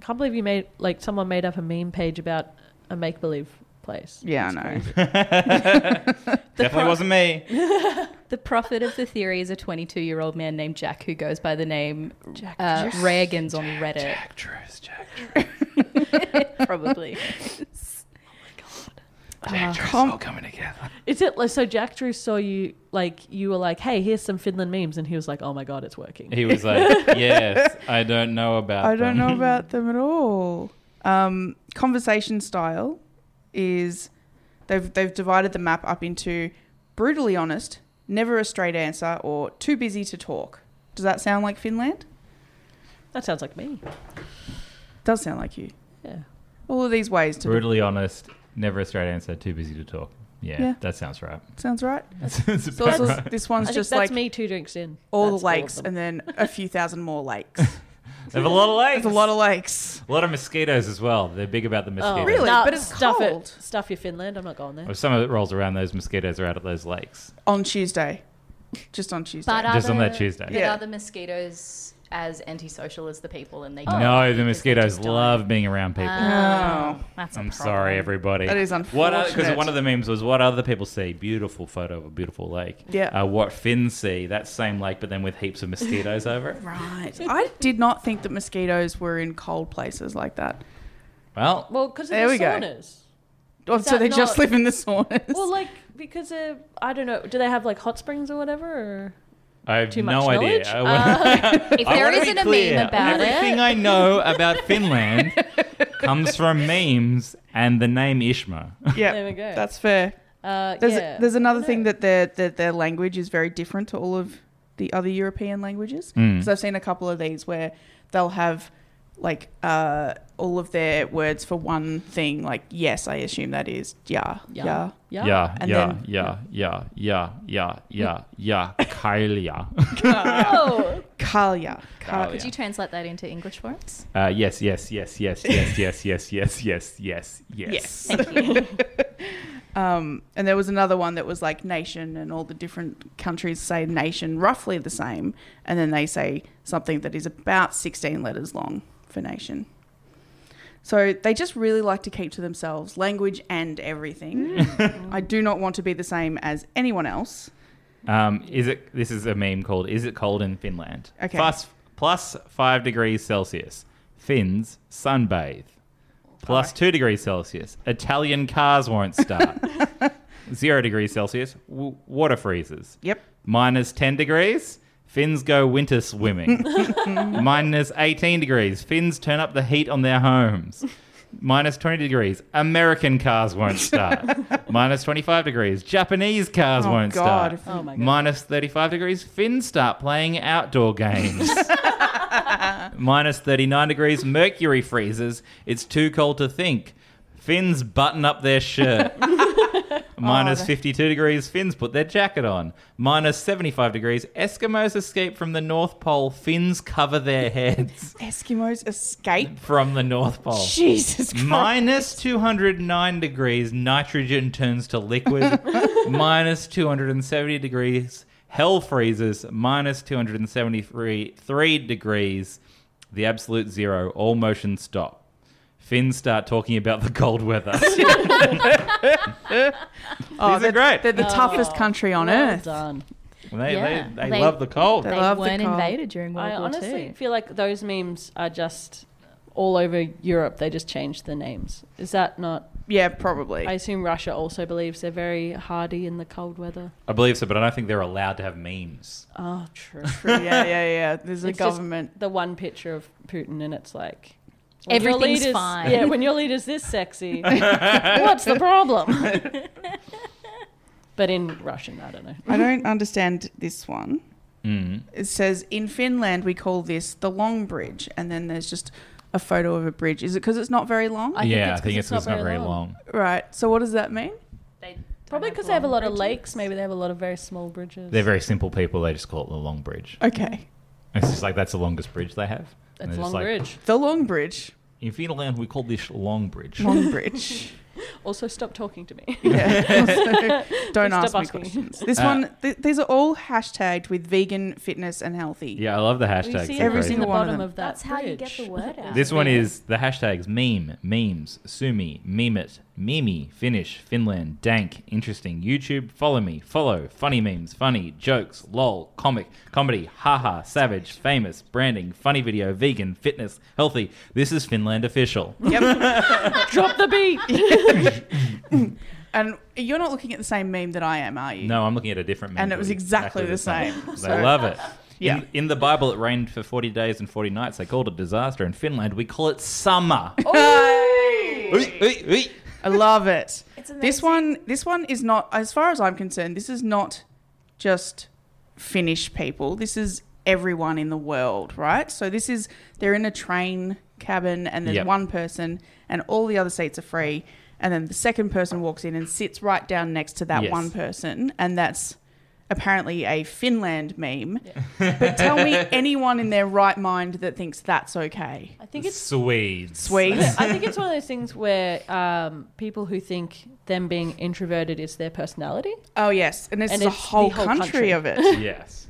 Speaker 3: Can't believe you made like someone made up a meme page about a make believe place.
Speaker 1: Yeah, I know.
Speaker 4: Definitely wasn't me.
Speaker 2: The prophet of the theory is a 22 year old man named Jack who goes by the name
Speaker 3: Jack-
Speaker 2: uh, Reagans on Reddit,
Speaker 4: Actress, Jack.
Speaker 2: probably.
Speaker 1: Oh,
Speaker 4: Actress, all coming together.
Speaker 3: Is it like so? Jack Drew saw you like you were like, "Hey, here's some Finland memes," and he was like, "Oh my god, it's working."
Speaker 4: He was like, yes, I don't know about
Speaker 1: I don't
Speaker 4: them."
Speaker 1: know about them at all. Um, conversation style is they've they've divided the map up into brutally honest, never a straight answer, or too busy to talk. Does that sound like Finland?
Speaker 3: That sounds like me.
Speaker 1: Does sound like you.
Speaker 3: Yeah.
Speaker 1: All of these ways to
Speaker 4: Brutally honest, never a straight answer, too busy to talk. Yeah,
Speaker 1: Yeah.
Speaker 4: that sounds right.
Speaker 1: sounds right.
Speaker 4: That sounds
Speaker 1: So
Speaker 4: about
Speaker 1: this, was-
Speaker 4: right.
Speaker 1: this
Speaker 3: I
Speaker 1: one's
Speaker 3: think
Speaker 1: just
Speaker 3: that's
Speaker 1: like
Speaker 3: me two drinks in.
Speaker 1: all
Speaker 3: That's
Speaker 1: the lakes
Speaker 3: of them.
Speaker 1: and then a few thousand more lakes.
Speaker 4: They have a lot of lakes.
Speaker 1: There's a lot of lakes.
Speaker 4: A lot of mosquitoes as well. They're big about the
Speaker 2: Oh.
Speaker 4: mosquitoes.
Speaker 1: Really?
Speaker 3: Nah,
Speaker 1: But it's
Speaker 3: Oh, stuff
Speaker 1: cold.
Speaker 3: It. Stuff your Finland. I'm not going there.
Speaker 4: If some of it rolls around, those mosquitoes are out at those lakes.
Speaker 1: On Tuesday. Just on Tuesday.
Speaker 3: uh,
Speaker 2: But are
Speaker 4: Just on
Speaker 2: the-
Speaker 4: that Tuesday.
Speaker 2: But
Speaker 1: Yeah.
Speaker 2: are the mosquitoes as antisocial as the people, and they
Speaker 4: No,
Speaker 2: don't
Speaker 4: the
Speaker 2: because they
Speaker 4: mosquitoes
Speaker 2: just die?
Speaker 4: love being around
Speaker 2: Oh,
Speaker 4: people.
Speaker 2: Uh, that's a
Speaker 4: I'm
Speaker 2: problem.
Speaker 4: sorry, everybody.
Speaker 1: That is
Speaker 4: Because
Speaker 1: unfortunate.
Speaker 4: one of the memes was, "What other people see? Beautiful photo of a beautiful lake.
Speaker 1: Yeah.
Speaker 4: Uh, what Finns see? That same lake, but then with heaps of mosquitoes over it.
Speaker 1: right. I did not think that mosquitoes were in cold places like that.
Speaker 4: Well,
Speaker 3: Well, because of
Speaker 1: There
Speaker 3: the
Speaker 1: we go.
Speaker 3: saunas.
Speaker 1: Oh,
Speaker 3: Is
Speaker 1: so
Speaker 3: that
Speaker 1: they just
Speaker 3: not-
Speaker 1: live in the saunas.
Speaker 3: Well, like because of, I don't know. Do they have like hot springs or whatever? Or?
Speaker 4: I have
Speaker 3: Too
Speaker 4: no
Speaker 3: much
Speaker 4: idea.
Speaker 3: knowledge?
Speaker 4: I
Speaker 2: Uh, If
Speaker 4: I
Speaker 2: there
Speaker 4: wanna be
Speaker 2: isn't a
Speaker 4: clear,
Speaker 2: meme about
Speaker 4: everything
Speaker 2: it,
Speaker 4: I know about Finland comes from memes and the name Ishma.
Speaker 1: yeah,
Speaker 3: There we go.
Speaker 1: That's fair.
Speaker 3: Uh,
Speaker 1: There's
Speaker 3: yeah.
Speaker 1: there's another
Speaker 3: I
Speaker 1: thing
Speaker 3: know.
Speaker 1: that their, that their language is very different to all of the other European languages. Because I've seen a couple of these where they'll have like uh, all of their words for one thing. Like yes, I assume that is yeah yeah.
Speaker 3: Yeah. Yeah.
Speaker 4: Yeah, yeah,
Speaker 1: And
Speaker 4: yeah,
Speaker 1: then-
Speaker 4: yeah, yeah, yeah, yeah, yeah, yeah, Kylia.
Speaker 3: Oh,
Speaker 1: Kalia. Ka-
Speaker 4: Kalia.
Speaker 2: could you translate that into English for us?
Speaker 4: Uh, yes, yes, yes, yes, yes, yes, yes, yes, yes, yes, yes.
Speaker 1: Yes.
Speaker 2: Thank you.
Speaker 1: Um, and there was another one that was like nation, and all the different countries say nation roughly the same, and then they say something that is about 16 letters long for nation. So they just really like to keep to themselves language and everything.
Speaker 3: Mm.
Speaker 1: I do not want to be the same as anyone else.
Speaker 4: Um, is it? This is a meme called "Is it cold in Finland?"
Speaker 1: Okay.
Speaker 4: Plus, plus five degrees Celsius. Finns sunbathe. Plus two degrees Celsius. Italian cars won't start. Zero degrees Celsius. W- water freezes.
Speaker 1: Yep.
Speaker 4: Minus ten degrees. Finns go winter swimming. Minus eighteen degrees. Finns turn up the heat on their homes. Minus 20 degrees. American cars won't start. Minus 25 degrees. Japanese cars
Speaker 1: Oh,
Speaker 4: won't
Speaker 1: God,
Speaker 4: start.
Speaker 1: if-
Speaker 3: oh my god.
Speaker 4: Minus 35 degrees, Finn start playing outdoor games. Minus 39 degrees, Mercury freezes. It's too cold to think. Finns button up their shirt. Minus
Speaker 1: Oh, that-
Speaker 4: 52 degrees, Finns put their jacket on. Minus 75 degrees, Eskimos escape from the North Pole. Finns cover their heads
Speaker 1: Eskimos escape.
Speaker 4: from the North Pole.
Speaker 1: Jesus Christ.
Speaker 4: Minus 209 degrees, nitrogen turns to liquid. Minus 270 degrees, hell freezes. Minus 273 three degrees, the absolute zero, all motion stop. Finns start talking about the cold weather.
Speaker 1: Oh,
Speaker 4: are
Speaker 1: they're,
Speaker 4: great.
Speaker 1: They're the toughest country on
Speaker 3: Oh, well
Speaker 1: earth.
Speaker 3: done.
Speaker 4: they,
Speaker 2: Yeah.
Speaker 4: they, they,
Speaker 2: They-
Speaker 4: love the cold.
Speaker 1: They
Speaker 2: they
Speaker 1: love the
Speaker 2: weren't
Speaker 1: cold.
Speaker 2: invaded during World
Speaker 3: I
Speaker 2: War
Speaker 3: honestly
Speaker 2: Two.
Speaker 3: feel like those memes are just all over Europe. They just changed the names. Is that not
Speaker 1: Yeah, probably.
Speaker 3: I assume Russia also believes they're very hardy in the cold weather.
Speaker 4: I believe so, but I don't think they're allowed to have memes.
Speaker 3: Oh, true.
Speaker 1: yeah, yeah, yeah. There's a
Speaker 3: It's just-
Speaker 1: government.
Speaker 3: the one picture of Putin, and it's like when your
Speaker 2: Everything's
Speaker 3: leader's-
Speaker 2: fine.
Speaker 3: Yeah, when your leader's this sexy, what's the problem? but in Russian, I don't know.
Speaker 1: I don't understand this one.
Speaker 4: Mm.
Speaker 1: It says in Finland we call this the long bridge, and then there's just a photo of a bridge. Is it because it's not very long?
Speaker 3: I think
Speaker 4: yeah,
Speaker 3: it's
Speaker 4: I think
Speaker 3: 'cause
Speaker 4: it's 'cause it's not very long.
Speaker 1: right. So what does that mean?
Speaker 2: They
Speaker 3: Probably because they have a lot of lakes. Maybe they have a lot of very small bridges.
Speaker 4: They're very simple people. They just call it the Long Bridge.
Speaker 1: Okay,
Speaker 4: It's just like that's the longest bridge they have. And
Speaker 3: it's Long
Speaker 4: they're just like,
Speaker 3: Bridge.
Speaker 1: the long bridge.
Speaker 4: In Finland, we call this Long Bridge.
Speaker 1: Long bridge.
Speaker 3: Also, stop talking to me.
Speaker 1: yeah. So don't ask
Speaker 3: Please
Speaker 1: me
Speaker 3: stop asking.
Speaker 1: questions. This
Speaker 4: Uh,
Speaker 1: one. Th- these are all hashtagged with vegan, fitness, and healthy.
Speaker 4: yeah, I love the
Speaker 3: We
Speaker 4: hashtags.
Speaker 3: see
Speaker 4: They're
Speaker 1: every
Speaker 3: everything
Speaker 4: great.
Speaker 3: in the
Speaker 1: single one of
Speaker 3: bottom
Speaker 1: them.
Speaker 3: of, that.
Speaker 2: That's how you get the
Speaker 3: bridge.
Speaker 2: word out.
Speaker 4: This one is the hashtags meme, memes, sumi, meme it, mimi, finish, Finland, dank, interesting, YouTube, follow me, follow, funny memes, funny, jokes, lol, comic, comedy, haha, savage, famous, branding, funny video, vegan, fitness, healthy. This is Finland official.
Speaker 1: Yep.
Speaker 3: Drop the beat.
Speaker 1: and you're not looking at the same meme that I am, are you?
Speaker 4: No, I'm looking at a different meme.
Speaker 1: And it was exactly the same.
Speaker 4: I
Speaker 1: So-
Speaker 4: love it.
Speaker 1: Yeah.
Speaker 4: In, in the Bible, it rained for 40 days and 40 nights. They called it disaster. In Finland, we call it summer. Oi,
Speaker 1: Hey!
Speaker 4: oi, oi.
Speaker 1: I love it.
Speaker 2: It's
Speaker 1: This
Speaker 2: amazing.
Speaker 1: one, this one is not, as far as I'm concerned, this is not just Finnish people. This is everyone in the world, right? So this is they're in a train cabin, and there's
Speaker 4: Yep.
Speaker 1: one person, and all the other seats are free. And then the second person walks in and sits right down next to that
Speaker 4: Yes.
Speaker 1: one person, and that's apparently a Finland meme. But tell me anyone in their right mind that thinks that's okay.
Speaker 3: I think it's.
Speaker 4: Swedes.
Speaker 1: Swedes.
Speaker 3: I think it's one of those things where um, people who think them being introverted is their personality.
Speaker 1: Oh yes, and this
Speaker 3: And
Speaker 1: is a
Speaker 3: it's the
Speaker 1: whole,
Speaker 3: whole
Speaker 1: country,
Speaker 3: country.
Speaker 1: of it.
Speaker 4: yes.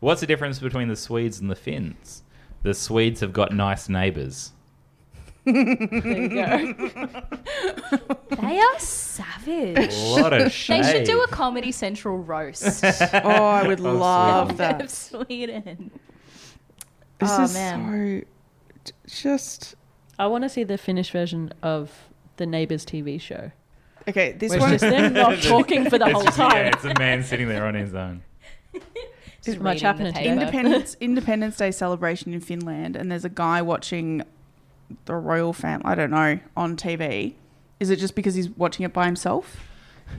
Speaker 4: What's the difference between the Swedes and the Finns? The Swedes have got nice neighbours.
Speaker 3: There you go.
Speaker 2: They are savage.
Speaker 4: lot of
Speaker 2: they should do a Comedy Central roast
Speaker 1: oh, I would
Speaker 4: Sweden.
Speaker 1: love
Speaker 2: of
Speaker 1: that.
Speaker 2: Sweden.
Speaker 1: This
Speaker 2: Oh,
Speaker 1: is
Speaker 2: man.
Speaker 1: so just
Speaker 3: I want to see the Finnish version of the Neighbours TV show.
Speaker 1: okay. This
Speaker 3: Which
Speaker 1: one,
Speaker 3: is them not talking for the whole
Speaker 4: Yeah,
Speaker 3: time.
Speaker 4: it's a man sitting there on his own.
Speaker 3: There's
Speaker 2: Just
Speaker 3: much
Speaker 2: reading
Speaker 3: happening
Speaker 2: the
Speaker 3: to
Speaker 2: paper.
Speaker 1: Independence Independence Day celebration in Finland, and there's a guy watching the royal family. I don't know on TV. Is it just because he's watching it by himself?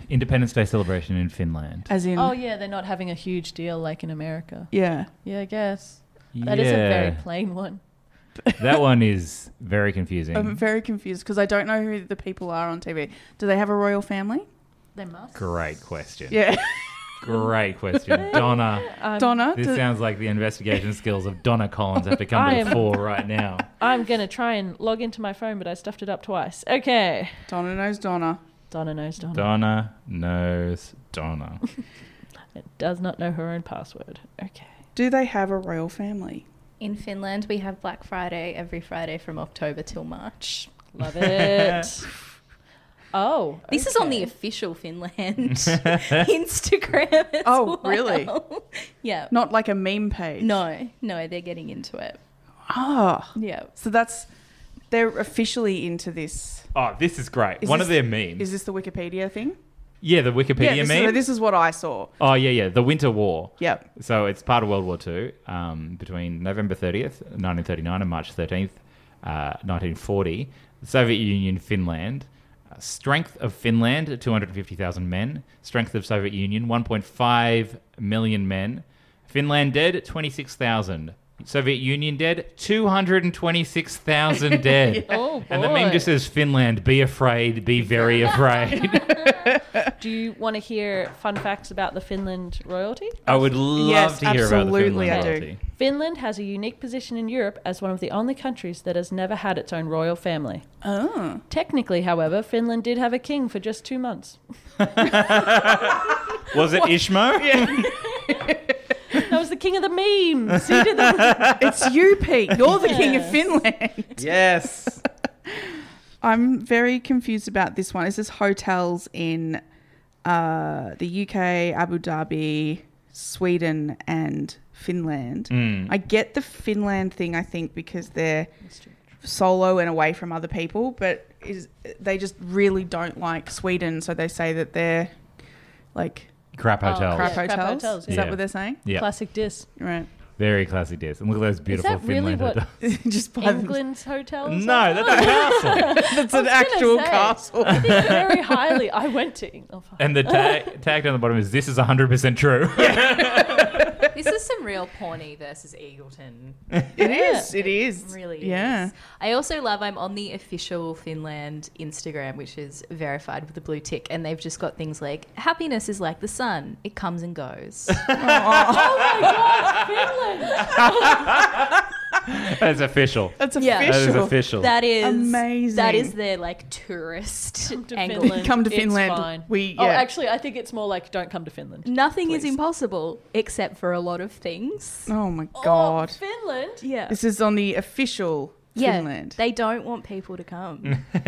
Speaker 4: Independence Day celebration in Finland.
Speaker 1: As in,
Speaker 3: Oh yeah, they're not having a huge deal like in America.
Speaker 1: yeah.
Speaker 3: Yeah, I guess that is a very plain one.
Speaker 4: that one is very confusing.
Speaker 1: I'm very confused because I don't know who the people are on TV. Do they have a royal family?
Speaker 2: They must.
Speaker 4: Great question.
Speaker 1: Yeah,
Speaker 4: Great question, Donna.
Speaker 3: Um,
Speaker 1: Donna.
Speaker 4: This
Speaker 1: do-
Speaker 4: sounds like the investigation skills of Donna Collins have to come
Speaker 3: I
Speaker 4: to the
Speaker 3: am-
Speaker 4: fore right now.
Speaker 3: I'm gonna try and log into my phone, but I stuffed it up twice. Okay,
Speaker 1: Donna knows Donna.
Speaker 3: Donna knows Donna.
Speaker 4: Donna knows Donna.
Speaker 3: It does not know her own password. Okay.
Speaker 1: Do they have a royal family?
Speaker 2: In Finland, we have Black Friday every Friday from October till March.
Speaker 3: Love it. oh,
Speaker 2: This is on the
Speaker 3: okay.
Speaker 2: official Finland Instagram. as
Speaker 1: Oh,
Speaker 2: well.
Speaker 1: really?
Speaker 2: Yeah.
Speaker 1: Not like a meme page.
Speaker 2: No, no, they're getting into it.
Speaker 1: Ah.
Speaker 2: Yeah.
Speaker 1: So that's they're officially into this.
Speaker 4: Oh, this is great.
Speaker 1: Is
Speaker 4: one
Speaker 1: this-
Speaker 4: of their memes.
Speaker 1: Is this the Wikipedia thing?
Speaker 4: yeah, the Wikipedia
Speaker 1: yeah, this,
Speaker 4: meme.
Speaker 1: Is, this is what I saw.
Speaker 4: oh, yeah, yeah. The Winter War.
Speaker 1: Yep.
Speaker 4: So it's part of World War II um, between November 30th, 1939, and March 13th, uh, 1940. The Soviet Union, Finland. Uh, strength of Finland, 250,000 men. Strength of Soviet Union, 1.5 million men. Finland dead, 26,000. Soviet Union dead, 226,000 dead.
Speaker 3: Oh boy.
Speaker 4: And the meme just says Finland, be afraid, be very afraid.
Speaker 3: Do you want to hear fun facts about the Finland royalty?
Speaker 4: I would love
Speaker 1: Yes,
Speaker 4: to hear
Speaker 1: absolutely
Speaker 4: about
Speaker 1: I
Speaker 4: the
Speaker 1: do.
Speaker 4: Finland royalty.
Speaker 3: Finland has a unique position in Europe as one of the only countries that has never had its own royal family.
Speaker 1: Oh.
Speaker 3: Technically, however, Finland did have a king for just two months.
Speaker 4: Was it Ishmo?
Speaker 3: That was the king of the memes. He did the-
Speaker 1: it's you, Pete. You're the king of
Speaker 3: Yes.
Speaker 1: Finland.
Speaker 4: Yes.
Speaker 1: I'm very confused about this one. Is this hotels in uh, the UK, Abu Dhabi, Sweden, and Finland?
Speaker 4: Mm. Mm-hmm.
Speaker 1: I get the Finland thing, I think, because they're solo and away from other people, but is they just really don't like Sweden, so they say that they're like
Speaker 4: Crap
Speaker 3: Oh,
Speaker 4: hotels.
Speaker 1: crap
Speaker 3: Yeah, crap
Speaker 1: hotels.
Speaker 3: hotels,
Speaker 1: Is
Speaker 4: yeah.
Speaker 1: that what they're saying?
Speaker 4: Yeah,
Speaker 3: Classic diss.
Speaker 1: Right.
Speaker 4: very classy days. And look at those beautiful
Speaker 3: that really
Speaker 4: Finland
Speaker 3: what-
Speaker 4: hotels.
Speaker 1: just by them-
Speaker 3: England's hotels.
Speaker 4: No, that's a castle.
Speaker 1: That's
Speaker 3: I
Speaker 1: an
Speaker 3: was gonna
Speaker 1: actual
Speaker 3: say.
Speaker 1: castle.
Speaker 3: I think very highly. I went to England. Oh, fuck.
Speaker 4: And the tag, tag down the bottom is this is 100% true.
Speaker 5: this is some real Pawnee versus Eagleton.
Speaker 1: It is. It is.
Speaker 5: Really
Speaker 1: Yeah.
Speaker 5: is. I also love I'm on the official Finland Instagram, which is verified with a blue tick, and they've just got things like happiness is like the sun. It comes and goes.
Speaker 3: Oh
Speaker 4: that's official.
Speaker 1: That's
Speaker 5: Yeah.
Speaker 1: official.
Speaker 4: That is official.
Speaker 5: that is
Speaker 1: Amazing.
Speaker 5: That is their like tourist
Speaker 3: to
Speaker 5: angle.
Speaker 3: Finland.
Speaker 1: Come to
Speaker 3: It's
Speaker 1: Finland.
Speaker 3: fine.
Speaker 1: We-
Speaker 3: Oh,
Speaker 1: yeah.
Speaker 3: actually, I think it's more like don't come to Finland.
Speaker 5: Nothing is
Speaker 1: Please.
Speaker 5: impossible except for a lot of things.
Speaker 1: oh my god.
Speaker 3: Oh, Finland.
Speaker 5: Yeah.
Speaker 1: This is on the official
Speaker 5: yeah.
Speaker 1: Finland.
Speaker 5: They don't want people to come.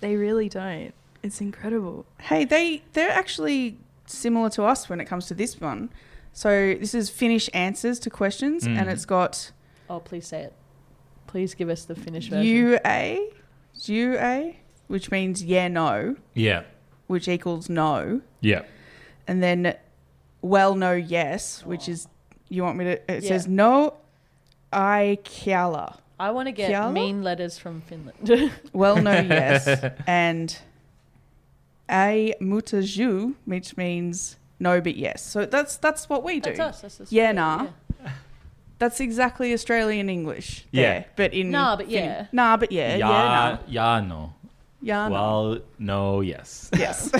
Speaker 5: they really don't. It's incredible.
Speaker 1: Hey, they they're actually similar to us when it comes to this one. So this is Finnish answers to questions, and it's got
Speaker 3: Oh, please say it. Please give us the Finnish version.
Speaker 1: UA, UA, which means yeah, no,
Speaker 4: Yeah.
Speaker 1: which equals no,
Speaker 4: Yeah.
Speaker 1: and then well, no, yes, which is you want me to? It
Speaker 3: Yeah.
Speaker 1: says no, I kiala.
Speaker 3: I want to get
Speaker 1: Kiala?
Speaker 3: mean letters from Finland.
Speaker 1: Well, no, yes, and a mutaju, which means no but yes. So that's that's what we do.
Speaker 3: that's us. That's us.
Speaker 1: Yeah, nah. That's exactly Australian English. there,
Speaker 4: Yeah.
Speaker 1: but in
Speaker 3: Nah, but
Speaker 1: Finnish.
Speaker 3: yeah.
Speaker 1: Nah, but yeah, yeah, nah.
Speaker 4: Yeah, yeah, no.
Speaker 1: yeah, nah.
Speaker 4: Well, no, yes.
Speaker 1: yes.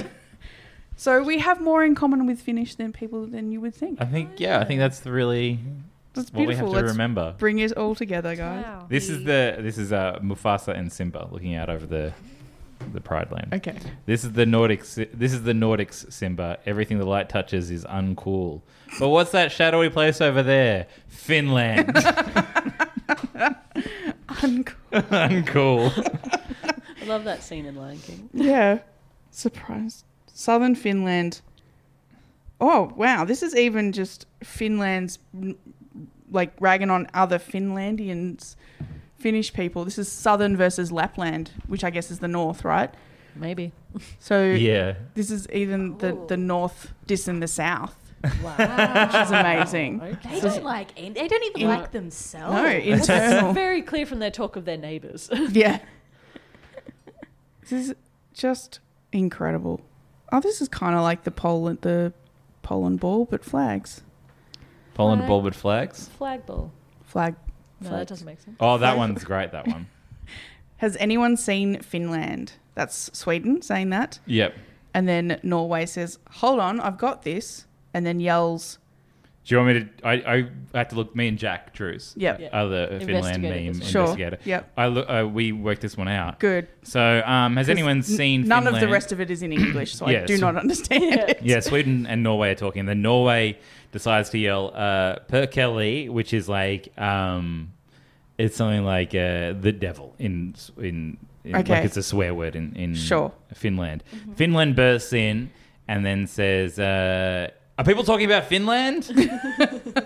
Speaker 1: so we have more in common with Finnish than people than you would think.
Speaker 4: I think, yeah, I think that's the really
Speaker 1: That's
Speaker 4: what Uh, we have
Speaker 1: beautiful.
Speaker 4: to
Speaker 1: Let's
Speaker 4: remember.
Speaker 1: Bring it all together, guys.
Speaker 4: This is the this is uh, Mufasa and Simba looking out over the the Pride Land.
Speaker 1: Okay.
Speaker 4: This is the Nordic. Si- This is the Nordics, Simba. Everything the light touches is uncool. But what's that shadowy place over there? Finland. uncool.
Speaker 3: I love that scene in Lion King.
Speaker 1: Yeah. Surprise. Southern Finland. Oh, wow. This is even just Finland's, mm, like, ragging on other Finlandians, Finnish people. This is Southern versus Lapland, which I guess is the North, right?
Speaker 3: Maybe.
Speaker 1: So
Speaker 4: Yeah.
Speaker 1: this is even the, the North dissing the South,
Speaker 5: Wow.
Speaker 1: which is amazing.
Speaker 5: They don't like. an- They don't even
Speaker 1: In-
Speaker 5: like
Speaker 2: Oh.
Speaker 5: themselves.
Speaker 1: No,
Speaker 3: It's
Speaker 1: internal.
Speaker 3: very clear from their talk of their neighbours.
Speaker 1: yeah. This is just incredible. Oh, this is kind of like the Poland, the Poland ball, but flags.
Speaker 4: Poland
Speaker 3: Flag.
Speaker 4: bulbed flags.
Speaker 3: Flagball.
Speaker 1: Flag.
Speaker 3: No, that
Speaker 1: flag.
Speaker 3: doesn't make sense.
Speaker 4: Oh, that one's great. That one.
Speaker 1: Has anyone seen Finland? That's Sweden saying that.
Speaker 4: Yep. Do
Speaker 1: And then Norway says, hold on, I've got this. And then yells,
Speaker 4: you want me to? I I, I had to look. Me and Jack Drews.
Speaker 1: Yep.
Speaker 3: Yeah.
Speaker 4: Other Finland
Speaker 3: Investigator.
Speaker 4: meme
Speaker 3: Sure.
Speaker 4: investigator.
Speaker 1: Yep.
Speaker 4: I look. Uh, we worked this one out.
Speaker 1: good.
Speaker 4: So, um, has
Speaker 1: 'Cause
Speaker 4: anyone
Speaker 1: n-
Speaker 4: seen
Speaker 1: None of the
Speaker 4: Finland?
Speaker 1: rest of it is in English, so I
Speaker 4: Yes.
Speaker 1: do not understand it.
Speaker 4: Yeah, Sweden and Norway are talking. Then Norway decides to yell uh, "Per Kelly," which is like um, it's something like uh, "the devil" in in, in
Speaker 1: Okay.
Speaker 4: like it's a swear word in in
Speaker 1: Sure.
Speaker 4: Finland. Finland bursts in and then says. Uh, are people talking about Finland?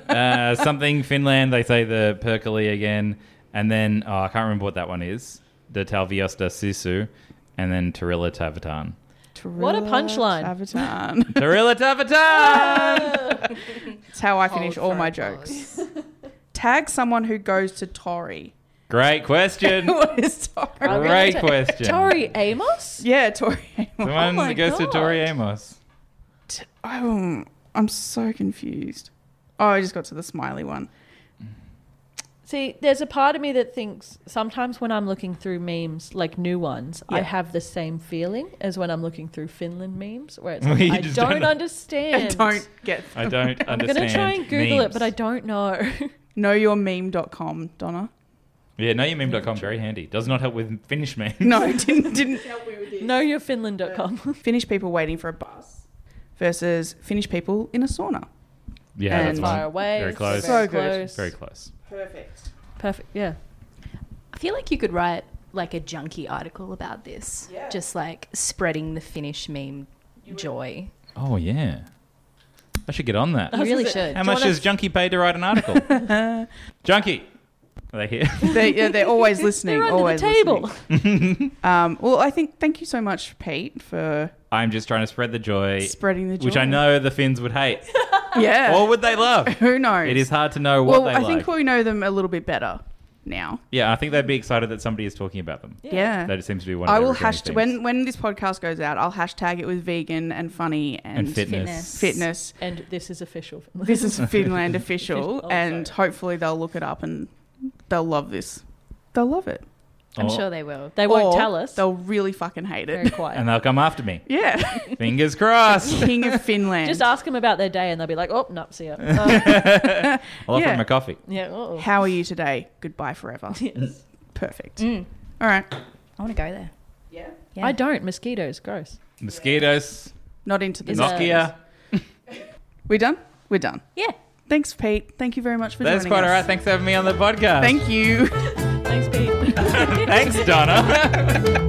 Speaker 4: uh, something Finland. They say the Perkele again, and then oh, I can't remember what that one is. The Talviosta Sisu, and then Tarilla Tavatan.
Speaker 3: What a punchline.
Speaker 1: Avatar.
Speaker 4: Tarilla Tavatan.
Speaker 1: That's how I finish
Speaker 5: Hold
Speaker 1: all
Speaker 5: for
Speaker 1: my
Speaker 5: applause.
Speaker 1: jokes. Tag someone who goes to Tory.
Speaker 4: Great question.
Speaker 1: what is Tory?
Speaker 3: I'm
Speaker 4: Great
Speaker 3: gonna ta-
Speaker 4: question.
Speaker 3: Tori Amos?
Speaker 1: Yeah, Tory.
Speaker 4: The one
Speaker 3: my
Speaker 4: that goes to
Speaker 3: God.
Speaker 4: Tori Amos.
Speaker 1: T- Oh, I'm so confused. Oh, I just got to the smiley one.
Speaker 3: See, there's a part of me that thinks sometimes when I'm looking through memes, like new ones, I
Speaker 1: Yeah.
Speaker 3: have the same feeling as when I'm looking through Finland memes, where it's
Speaker 4: Well,
Speaker 3: like,
Speaker 4: you
Speaker 3: I
Speaker 4: just
Speaker 3: don't,
Speaker 4: don't-
Speaker 1: I
Speaker 3: understand.
Speaker 1: don't get.
Speaker 4: I don't understand.
Speaker 3: I'm gonna try and Google it,
Speaker 4: memes.
Speaker 3: but I don't know.
Speaker 1: Knowyourmeme.com, Donna.
Speaker 4: Yeah, knowyourmeme.com, very handy. Does not help with Finnish memes.
Speaker 1: No, it didn't didn't
Speaker 3: Knowyourfinland.com.
Speaker 1: Finnish people waiting for a bus versus Finnish people in a sauna.
Speaker 4: Yeah,
Speaker 1: And-
Speaker 4: that's
Speaker 1: Far
Speaker 4: one.
Speaker 3: Far away.
Speaker 4: Very close.
Speaker 1: So
Speaker 3: Very
Speaker 1: good.
Speaker 3: close.
Speaker 4: Very close.
Speaker 1: Perfect.
Speaker 3: Perfect. Yeah.
Speaker 5: I feel like you could write like a junky article about this.
Speaker 1: Yeah.
Speaker 5: Just like spreading the Finnish meme joy.
Speaker 4: Oh, yeah. I should get on that.
Speaker 5: You really
Speaker 3: was it.
Speaker 5: should.
Speaker 4: How much does Junkie pay to write an article? Junkie, Are they here?
Speaker 1: They, yeah, they're always listening.
Speaker 3: They're under
Speaker 1: always
Speaker 3: the table.
Speaker 1: listening. Um, well, I think thank you so much, Pete, for
Speaker 4: I'm just trying to spread the joy,
Speaker 1: spreading the joy.
Speaker 4: which I know the Finns would hate.
Speaker 1: Yeah.
Speaker 4: or would they love?
Speaker 1: Who knows?
Speaker 4: It is hard to know what
Speaker 1: well,
Speaker 4: they
Speaker 1: I
Speaker 4: like.
Speaker 1: think we know them a little bit better now.
Speaker 4: yeah, I think they'd be excited that somebody is talking about them.
Speaker 1: Yeah.
Speaker 4: That it seems to be one. Of
Speaker 1: I
Speaker 4: their
Speaker 1: will
Speaker 4: recurring
Speaker 1: hashtag
Speaker 4: themes.
Speaker 1: when when this podcast goes out. I'll hashtag it with vegan and funny and,
Speaker 4: and fitness.
Speaker 2: fitness.
Speaker 1: fitness.
Speaker 3: And this is official.
Speaker 1: This is Finland official,
Speaker 3: Oh,
Speaker 1: and
Speaker 3: sorry.
Speaker 1: hopefully they'll look it up and they'll love this. They'll love it.
Speaker 5: I'm
Speaker 1: Oh.
Speaker 4: Or-
Speaker 5: sure they will.
Speaker 3: They won't
Speaker 1: Or
Speaker 3: tell us.
Speaker 1: They'll really fucking hate
Speaker 3: Very
Speaker 1: it.
Speaker 3: quiet.
Speaker 4: And they'll come after me.
Speaker 1: yeah,
Speaker 4: Fingers crossed.
Speaker 1: King of Finland.
Speaker 3: Just ask them about their day, and they'll be like, "Oh, no, see ya." Uh,
Speaker 4: I'll offer
Speaker 1: Yeah.
Speaker 4: them a coffee.
Speaker 3: yeah. oh.
Speaker 1: How are you today? Goodbye forever.
Speaker 3: Yes.
Speaker 1: Perfect.
Speaker 5: Mm.
Speaker 1: All right.
Speaker 5: I want to go there.
Speaker 1: Yeah.
Speaker 5: Yeah.
Speaker 3: I don't. Mosquitoes. Gross.
Speaker 4: Mosquitoes,
Speaker 1: Not into this.
Speaker 3: Is
Speaker 1: We're
Speaker 3: that-
Speaker 4: Nokia.
Speaker 1: done. We're done.
Speaker 5: Yeah.
Speaker 1: Thanks, Pete. Thank you very much for
Speaker 4: That's
Speaker 1: joining
Speaker 4: quite
Speaker 1: us.
Speaker 4: all right. Thanks for having me on the podcast.
Speaker 1: Thank you.
Speaker 3: Thanks, Pete.
Speaker 4: Thanks, Donna.